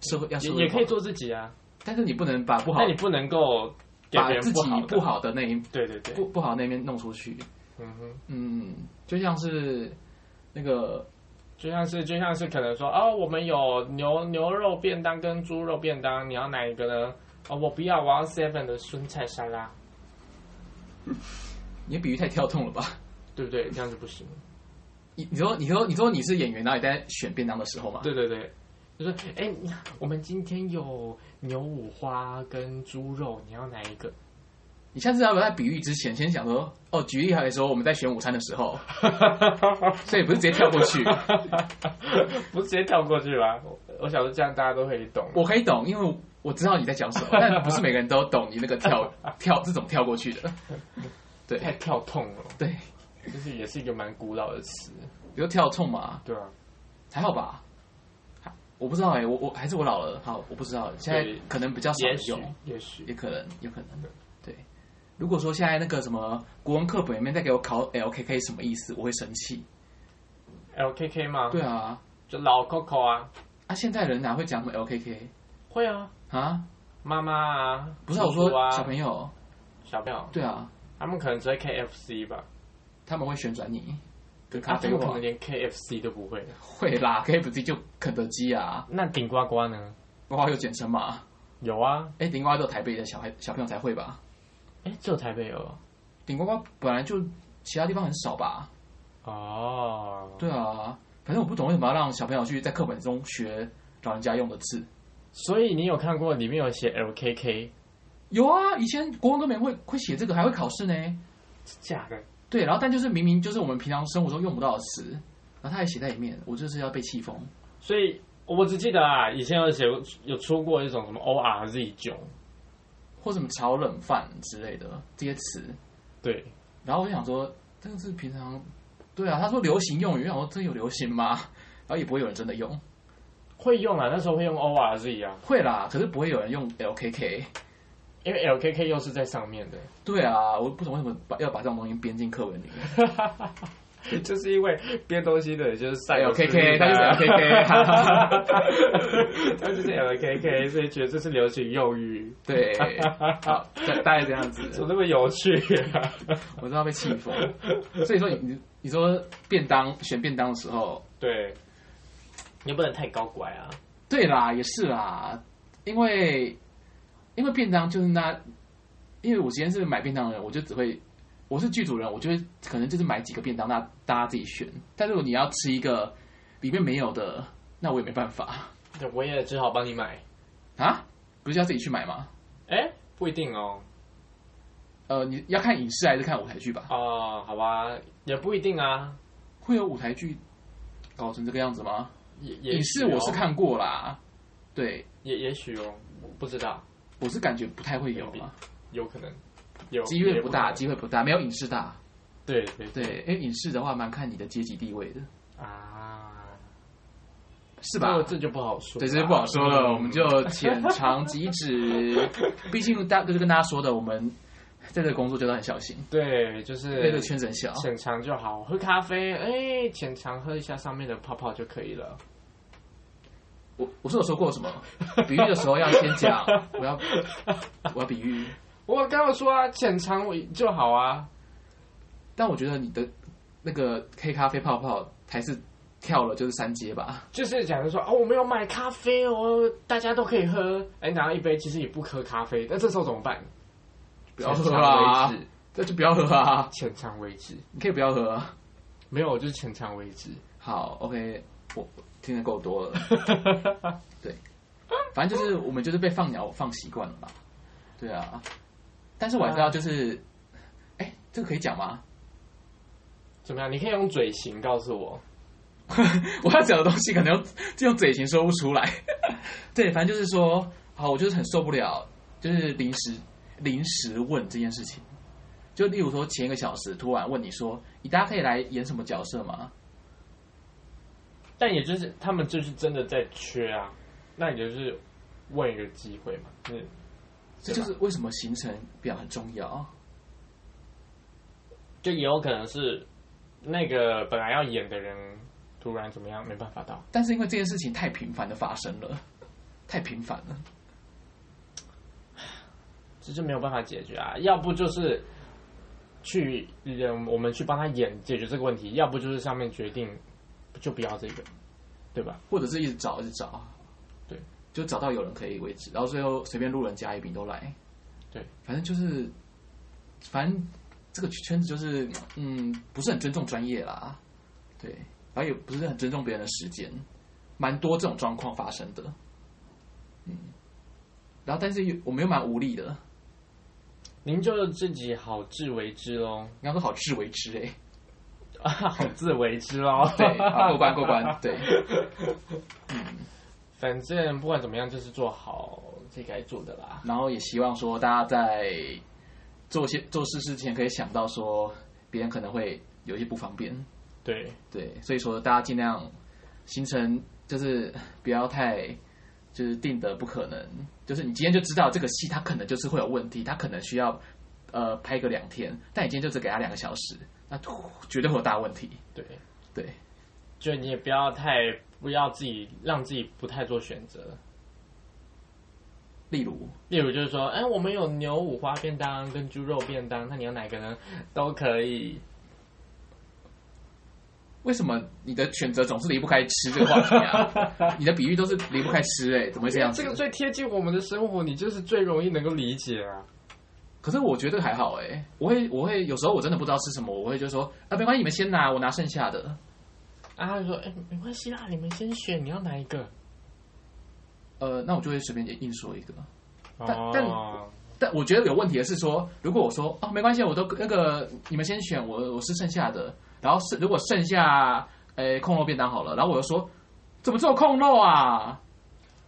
B: 社会
A: 也
B: 要社会
A: 也可以
B: 化，
A: 做自己啊，
B: 但是你不能把不好
A: 但你不能够给
B: 把
A: 别
B: 自
A: 人
B: 己
A: 好的，
B: 不好的那一
A: 对对对，
B: 不不好的那面弄出去。
A: 嗯哼。
B: 嗯，就像是那个
A: 就像是就像是可能说哦，我们有牛牛肉便当跟猪肉便当，你要哪一个呢？哦，我不要，我要 seven 的酸菜沙拉，
B: 你的比喻太跳痛了吧？
A: 对不对？这样子不行。
B: 你你说你说你说你是演员，然后你在选便当的时候嘛？
A: 对对对，就是哎、我们今天有牛五花跟猪肉，你要哪一个？
B: 你下次要不要在比喻之前先想说，哦，举例来说，我们在选午餐的时候，所以不是直接跳过去。
A: 不直接跳过去吧？我我想说这样大家都可以懂。
B: 我可以懂，因为我知道你在讲什么，但不是每个人都懂你那个跳跳这种跳过去的。对
A: 太跳痛了，
B: 对，
A: 就是也是一个蛮古老的词，
B: 比如跳冲嘛，
A: 对啊，
B: 还好吧？我不知道哎、我我还是我老了，好，我不知道，现在
A: 对
B: 可能比较少
A: 也
B: 人
A: 许
B: 用，
A: 也许
B: 也可能，有可能
A: 对，
B: 对。如果说现在那个什么国文课本里面再给我考 LKK 什么意思，我会生气。
A: LKK 吗？
B: 对啊，
A: 就老 Coco 啊，
B: 啊，现代人哪会讲什么 LKK
A: 会啊，
B: 啊？
A: 妈妈啊，
B: 不是啊我说
A: 叔叔啊，
B: 小朋友，
A: 小朋友，
B: 对啊，
A: 他们可能只会 KFC 吧，
B: 他们会旋转你跟
A: 啊
B: 咖
A: 他
B: 啡
A: 们可
B: 馆
A: 能连 KFC 都不会。
B: 会啦，KFC 就肯德基啊，
A: 那顶呱呱呢？
B: 不好有简称嘛。
A: 有啊，
B: 哎，顶呱呱只有台北的小孩小朋友才会吧？
A: 哎，只有台北有啊
B: 顶呱呱本来就其他地方很少吧？
A: 哦，
B: 对啊，反正我不懂为什么要让小朋友去在课本中学老人家用的字。
A: 所以你有看过里面有写 LKK
B: 有啊，以前国文课本会会写这个，还会考试呢。
A: 是假的？
B: 对，然后但就是明明就是我们平常生活中用不到的词，然后他还写在里面，我就是要被气疯。
A: 所以我只记得啊，以前有写有出过一种什么 ORZ 囧，
B: 或什么炒冷饭之类的这些词。
A: 对，
B: 然后我就想说，这个是平常，对啊，他说流行用语，我想说这有流行吗？然后也不会有人真的用，
A: 会用啊，那时候会用 ORZ 啊，
B: 会啦，可是不会有人用 LKK。
A: 因为 LKK 又是在上面的。
B: 对啊，我不懂为什么把要把这种东西编进课文里面。
A: 就是因为编东西的人就是赛
B: LKK，他就是
A: 啊
B: LKK
A: 他就是 LKK，所以觉得这是流行用语，
B: 对，好，大大概这样
A: 怎
B: 子，
A: 么那么有趣啊？
B: 我知道被气疯。所以说你你你说便当选便当的时候，
A: 对，你不能太高拐啊。
B: 对啦，也是啦，因为因为便当就是那，因为我之前是买便当的人，我就只会我是剧组人，我就会可能就是买几个便当，那大家自己选。但如果你要吃一个里面没有的，那我也没办法
A: 对我也只好帮你买。
B: 啊，不是要自己去买吗？
A: 哎、不一定哦。
B: 呃，你要看影视还是看舞台剧吧？
A: 哦，好吧，也不一定啊。
B: 会有舞台剧搞成这个样子吗？
A: 也也
B: 影
A: 许
B: 视
A: 哦
B: 我是，看过啦，对，
A: 也也许哦，我不知道，
B: 我是感觉不太会有啊，
A: 有可能，有
B: 机会
A: 也
B: 不大，
A: 可能
B: 机会不大，没有影视大。
A: 对对对
B: 对，因为影视的话蛮看你的阶级地位的，
A: 啊，
B: 是
A: 是
B: 吧？
A: 这就不好说啦，
B: 对，这就不好说了，
A: 嗯
B: 我们就浅尝即 止。毕竟大就是跟大家说的，我们在这个工作就都很小心，
A: 对，就是
B: 对这个圈子很小。
A: 浅尝就好，喝咖啡，哎、浅尝喝一下上面的泡泡就可以了。
B: 我我是有说过什么比喻的时候要先讲，我要我要比喻，
A: 我刚刚说啊，浅尝就好啊，
B: 但我觉得你的那个黑咖啡泡泡还是跳了就是三阶吧，
A: 就是假如说哦，我没有买咖啡哦，大家都可以喝，哎、拿了一杯，其实也不喝咖啡，那这时候怎么办？
B: 不要喝
A: 浅
B: 啊
A: 尝为止，，
B: 那就不要喝啊，
A: 浅尝为止，
B: 你可以不要喝啊。
A: 没有，我就是浅尝为止。
B: 好，OK，我听得够多了。对，反正就是我们就是被放鸟放习惯了吧？对啊，但是我还知道就是，哎、这个可以讲吗？
A: 怎么样？你可以用嘴型告诉我。
B: 我要讲的东西可能用这种嘴型说不出来。 对，反正就是说，好，我就是很受不了，就是临时临时问这件事情。就例如说，前一个小时突然问你说，你大家可以来演什么角色吗？
A: 但也就是他们就是真的在缺啊，那你就是问一个机会嘛，嗯，
B: 这就是为什么行程表很重要。
A: 就也有可能是那个本来要演的人突然怎么样没办法到，
B: 但是因为这件事情太频繁的发生了， 太频繁了。
A: 这就没有办法解决啊。要不就是去人我们去帮他演解决这个问题，要不就是上面决定就不要这个，对吧？
B: 或者是一直找，一直找，
A: 对，
B: 就找到有人可以为止，然后最后随便路人甲乙丙都来，
A: 对，
B: 反正就是，反正这个圈子就是，嗯，不是很尊重专业啦，对，然后也不是很尊重别人的时间，蛮多这种状况发生的，嗯，然后但是又我们又蛮无力的，
A: 您就自己好自为之喽，
B: 你要说好自为之哎、
A: 啊，好自为之喽，
B: 对，好过关过关，对，
A: 反正不管怎么样，就是做好自己该做的啦。
B: 然后也希望说大家在做些做事之前可以想到说别人可能会有一些不方便，
A: 对，
B: 对，所以说大家尽量行程就是不要太就是定的不可能，就是你今天就知道这个戏它可能就是会有问题，它可能需要呃拍个两天，但你今天就只给他两个小时，那绝对会有大问题。
A: 对
B: 对，
A: 就你也不要太不要自己让自己不太做选择。
B: 例如，
A: 例如就是说，哎、我们有牛五花便当跟猪肉便当，那你要哪个呢？都可以。
B: 为什么你的选择总是离不开吃这个话题啊？你的比喻都是离不开吃、哎，怎么会这样子？
A: 这个最贴近我们的生活，你就是最容易能够理解啊。
B: 可是我觉得还好哎、我会我会有时候我真的不知道吃什么，我会就说啊没关系，你们先拿，我拿剩下的。
A: 啊，他就说，哎、没关系啦，你们先选，你要哪一个？
B: 呃，那我就会随便硬说一个。但
A: 哦，
B: 但我觉得有问题的是说，如果我说哦没关系，我都那个你们先选，我我吃剩下的，然后是如果剩下呃控肉便当好了，然后我又说怎么做控肉啊？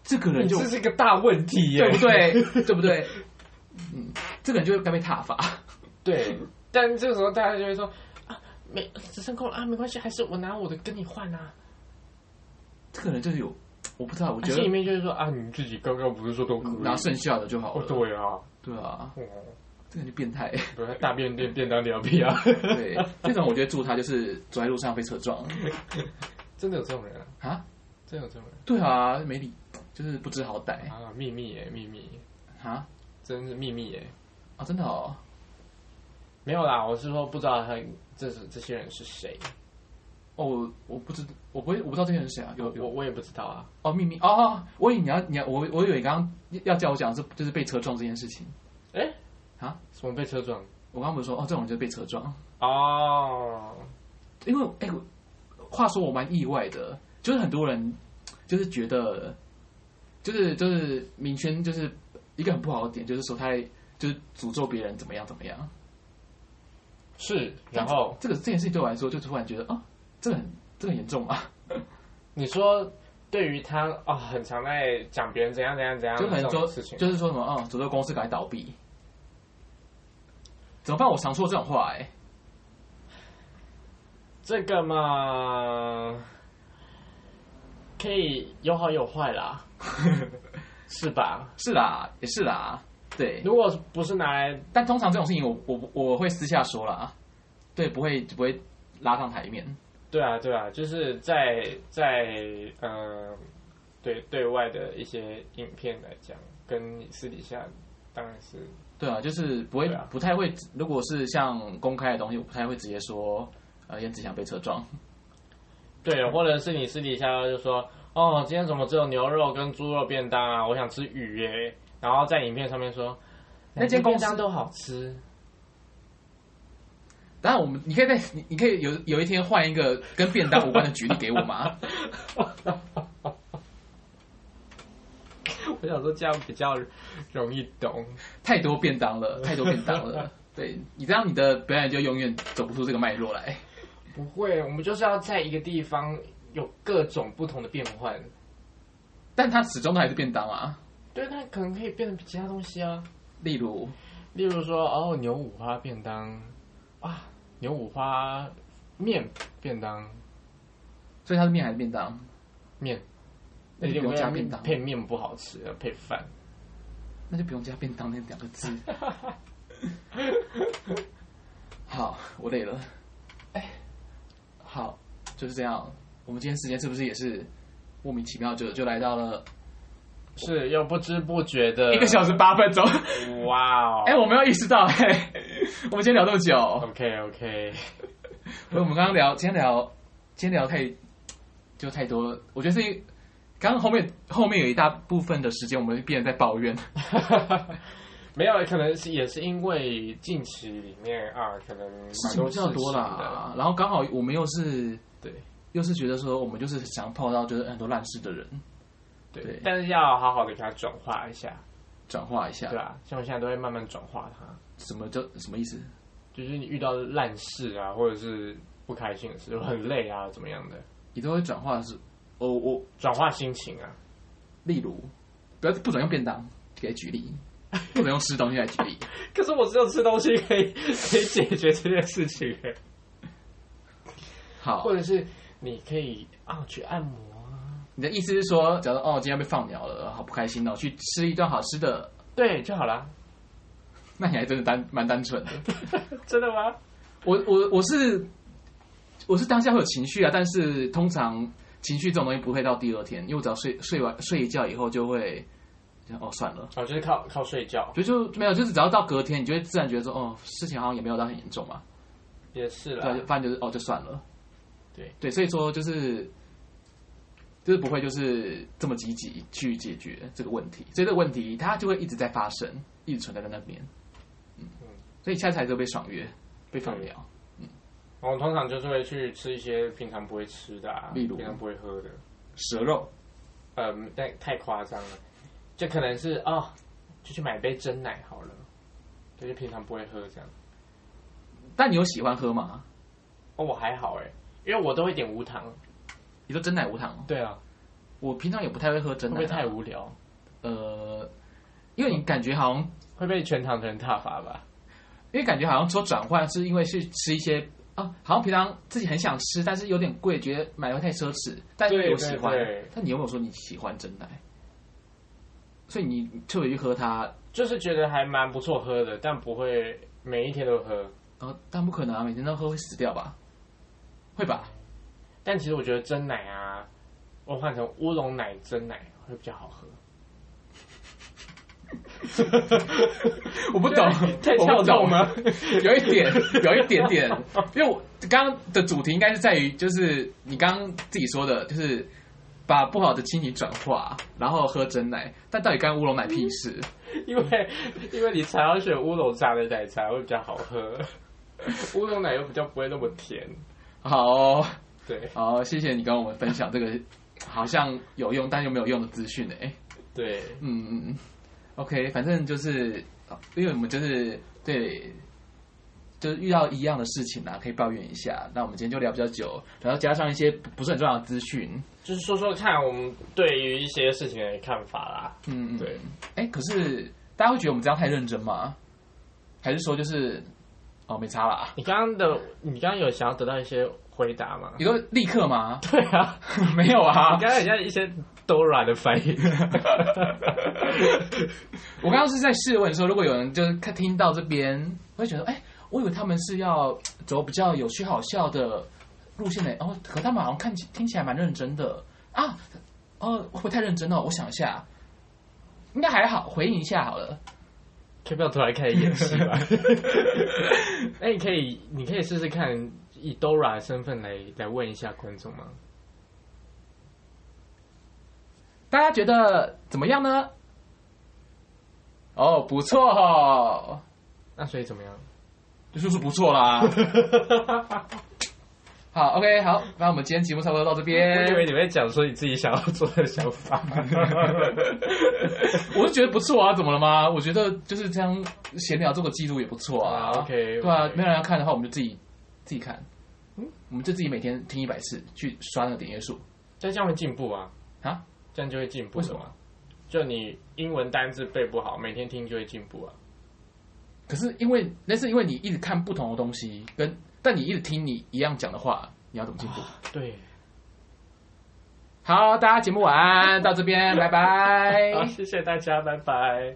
B: 这个人
A: 你
B: 就
A: 这是个大问题耶
B: 对不。对？对不对？ 嗯，这个人就该被挞伐。
A: 对，但这个时候大家就会说啊，没只剩空了啊，没关系，还是我拿我的跟你换啊。
B: 这个人就是有，我不知道，我觉
A: 心里
B: 得
A: 面就是说啊，你自己刚刚不是说都可以？
B: 拿剩下的就好
A: 哦，
B: 了。
A: 对啊，
B: 对啊，
A: 哦，
B: 这个人就变态。
A: 不要大便便便当你要屁 啊！
B: 对，这种我觉得祝他就是走在路上被车撞
A: 真的有这种人啊，
B: 啊。
A: 真的有这种人
B: 对啊，没理，就是不知好歹
A: 啊，秘密耶，秘密，
B: 啊
A: 真是秘密耶。
B: 啊，真的哦。
A: 没有啦，我是说不知道他这是这些人是谁，
B: 哦，我我不知，我不会，我不知道这个人是谁啊？有
A: 我
B: 有
A: 我也不知道啊。
B: 哦，秘密哦哦，我以为你要你要我我以为你刚刚要叫我讲是就是被车撞这件事情。
A: 哎，
B: 啊，
A: 什么被车撞？
B: 我刚刚不是说哦，这种人就是被车撞，
A: 哦，
B: 因为哎，我话说我蛮意外的，就是很多人就是觉得，就是就是明轩就是一个很不好的点，就是说他就是诅咒别人怎么样怎么样。
A: 是，然后
B: 这个这件事情对我来说，就突然觉得啊，这个很这个很严重啊，
A: 你说对于他啊、哦，很常在讲别人怎样怎样怎样，
B: 就可能
A: 这
B: 说
A: 种事情，
B: 就是说什么啊，诅咒公司赶快倒闭，怎么办？我常说这种话哎、
A: 这个嘛，可以有好有坏 啦，是吧？
B: 是啦，也是啦，对。
A: 如果不是拿来
B: 但通常这种事情我，我我我会私下说啦，对，不会不会拉上台面。
A: 对啊，对啊，就是在在呃，对对外的一些影片来讲，跟你私底下当然是
B: 对啊，就是不会、
A: 对啊
B: 不太会，如果是像公开的东西，我不太会直接说，呃，燕子想被车撞。
A: 对，或者是你私底下就说，哦，今天怎么只有牛肉跟猪肉便当啊？我想吃鱼耶。然后在影片上面说，哎
B: 那间公司
A: 哪便当都好吃，
B: 当然，我们你可以在你你可以有有一天换一个跟便当无关的举例给我吗？
A: 我想说这样比较容易懂。
B: 太多便当 了，太多便当了。对你这样，你的表演就永远走不出这个脉络来。
A: 不会，我们就是要在一个地方有各种不同的变换。
B: 但它始终都还是便当啊。
A: 对，它可能可以变成其他东西啊，
B: 例如，
A: 例如说，哦，牛五花便当，哇，牛五花面便当
B: 所以它是面还是便当？
A: 面，
B: 那就不用加便当
A: 配面不好吃，要配饭。
B: 那就不用加便当那两个字。 好，我累了。哎，好，就是这样。我们今天时间是不是也是莫名其妙就就来到了
A: 是又不知不觉的
B: 一个小时八分钟？
A: 时，哇哦！
B: 哎、我没有意识到哎、我们今天聊这么久。
A: OK OK，
B: 所以我们刚刚聊，今天聊，今天聊太就太多，我觉得是一刚刚后面后面有一大部分的时间，我们变得在抱怨，
A: 没有，可能是也是因为近期里面啊，可能
B: 事
A: 蛮
B: 情
A: 多
B: 比较多
A: 的，
B: 啦。然后刚好我们又是
A: 对
B: 又是觉得说，我们就是想碰到就是很多烂事的人，对
A: 对，但是要好好的给它转化一下，
B: 转化一下，
A: 对啊，像我现在都会慢慢转化它，
B: 什么叫什么意思？
A: 就是你遇到烂事啊，或者是不开心的事，很累啊，怎么样的，
B: 你都会转化是，我、我
A: 转化心情啊，
B: 例如不要不准用便当给举例，不准用吃东西来举例，
A: 可是我只有吃东西可以可以解决这件事情欸，
B: 好
A: 或，者是你可以啊去按摩啊，
B: 你的意思是说，假如哦今天被放鸟了，好不开心哦，去吃一顿好吃的。
A: 对就好啦，
B: 那你还真的单蛮单纯的。
A: 真的吗？
B: 我我我是我是当下会有情绪啊，但是通常情绪这种东西不会到第二天，因为我只要睡睡完睡一觉以后就会，就哦算了，
A: 哦，就是靠靠睡觉，
B: 就就没有，就是只要到隔天，你就会自然觉得说哦事情好像也没有到很严重嘛，
A: 也是
B: 对
A: 啦
B: 啊，。就反正就是哦就算了，
A: 对
B: 对，所以说就是就是不会就是这么积极去解决这个问题，所以这个问题它就会一直在发生，一直存在在那边，嗯
A: 嗯，
B: 所以下次还是会被爽约，被放疗。
A: 我们通常就是会去吃一些平常不会吃的、啊，
B: 例如
A: 平常不会喝的，
B: 蛇肉，
A: 嗯，但太夸张了，就可能是哦，就去买杯真奶好了，就是平常不会喝这样。
B: 但你有喜欢喝吗？
A: 哦，我还好哎，因为我都会点无糖。
B: 你说真奶无糖哦，
A: 对啊，
B: 我平常也不太会喝真
A: 会不
B: 奶啊、
A: 会太无聊？
B: 呃，因为你感觉好像，
A: 会被全糖的人踏伐吧？
B: 因为感觉好像说转换是因为去吃一些啊，好像平常自己很想吃，但是有点贵，觉得买的太奢侈，但
A: 对
B: 我喜欢
A: 对对。
B: 但你有没有说你喜欢真奶？所以你特别去喝它，
A: 就是觉得还蛮不错喝的，但不会每一天都喝。
B: 呃，但不可能啊，每天都喝会死掉吧？会吧？
A: 但其实我觉得真奶啊，我换成乌龙奶真奶会比较好 喝。
B: 我不懂，
A: 太跳动
B: 吗？
A: 了。
B: 有一点，有一点点，因为我刚刚的主题应该是在于，就是你刚刚自己说的，就是把不好的亲情转化，然后喝真奶，但到底干乌龙奶屁事？
A: 因为因为你才要选乌龙茶的奶茶会比较好喝，乌龙奶又比较不会那么甜。
B: 好哦、
A: 对
B: 好，谢谢你跟我们分享这个好像有用但又没有用的资讯诶。
A: 对，
B: 嗯嗯嗯，OK，反正就是因为我们就是对，就是遇到一样的事情啊，可以抱怨一下。那我们今天就聊比较久，然后加上一些不不是很重要的资讯。
A: 就是说说看我们对于一些事情的看法啦。
B: 嗯，嗯
A: 对。
B: 哎、可是大家会觉得我们这样太认真吗？还是说就是哦没差啦？
A: 你刚刚的，你刚刚有想要得到一些回答吗？
B: 你都立刻 吗？
A: 对啊，
B: 没有啊
A: 你，刚刚很像一些 Dora 的反 应。
B: 我刚刚是在试问说，如果有人就是看听到这边，我会觉得哎、我以为他们是要走比较有趣好笑的路线的，哦，可他们好像看起听起来蛮认真的啊，哦，会不会太认真了？我想一下，应该还好，回应一下好了。
A: 可以不要突然开始演戏 吧？那你可以，你可以试试看，以 Dora 的身份来来问一下观众吗？
B: 大家觉得怎么样呢？哦，不错哦，
A: 那所以怎么 样？
B: 就是说不错啦。 好，OK，好，那我们今天节目差不多到这边
A: 我。以为你会讲说你自己想要做的想法。
B: 我是觉得不错啊，怎么了吗？我觉得就是这样闲聊做个记录也不错啊。
A: 啊，OK，
B: 对啊
A: OK，
B: 没有人要看的话，我们就自己自己看。嗯，我们就自己每天听一百次，去刷那个点阅数。
A: 但这样会进步啊？
B: 啊？
A: 这样就会进步？
B: 为什么？？
A: 就你英文单字背不好，每天听就会进步啊。
B: 可是因为那是因为你一直看不同的东西，跟但你一直听你一样讲的话，你要怎么 进步？
A: 对，
B: 好，大家节目晚安，到这边，拜拜
A: 好，。谢谢大家，拜拜。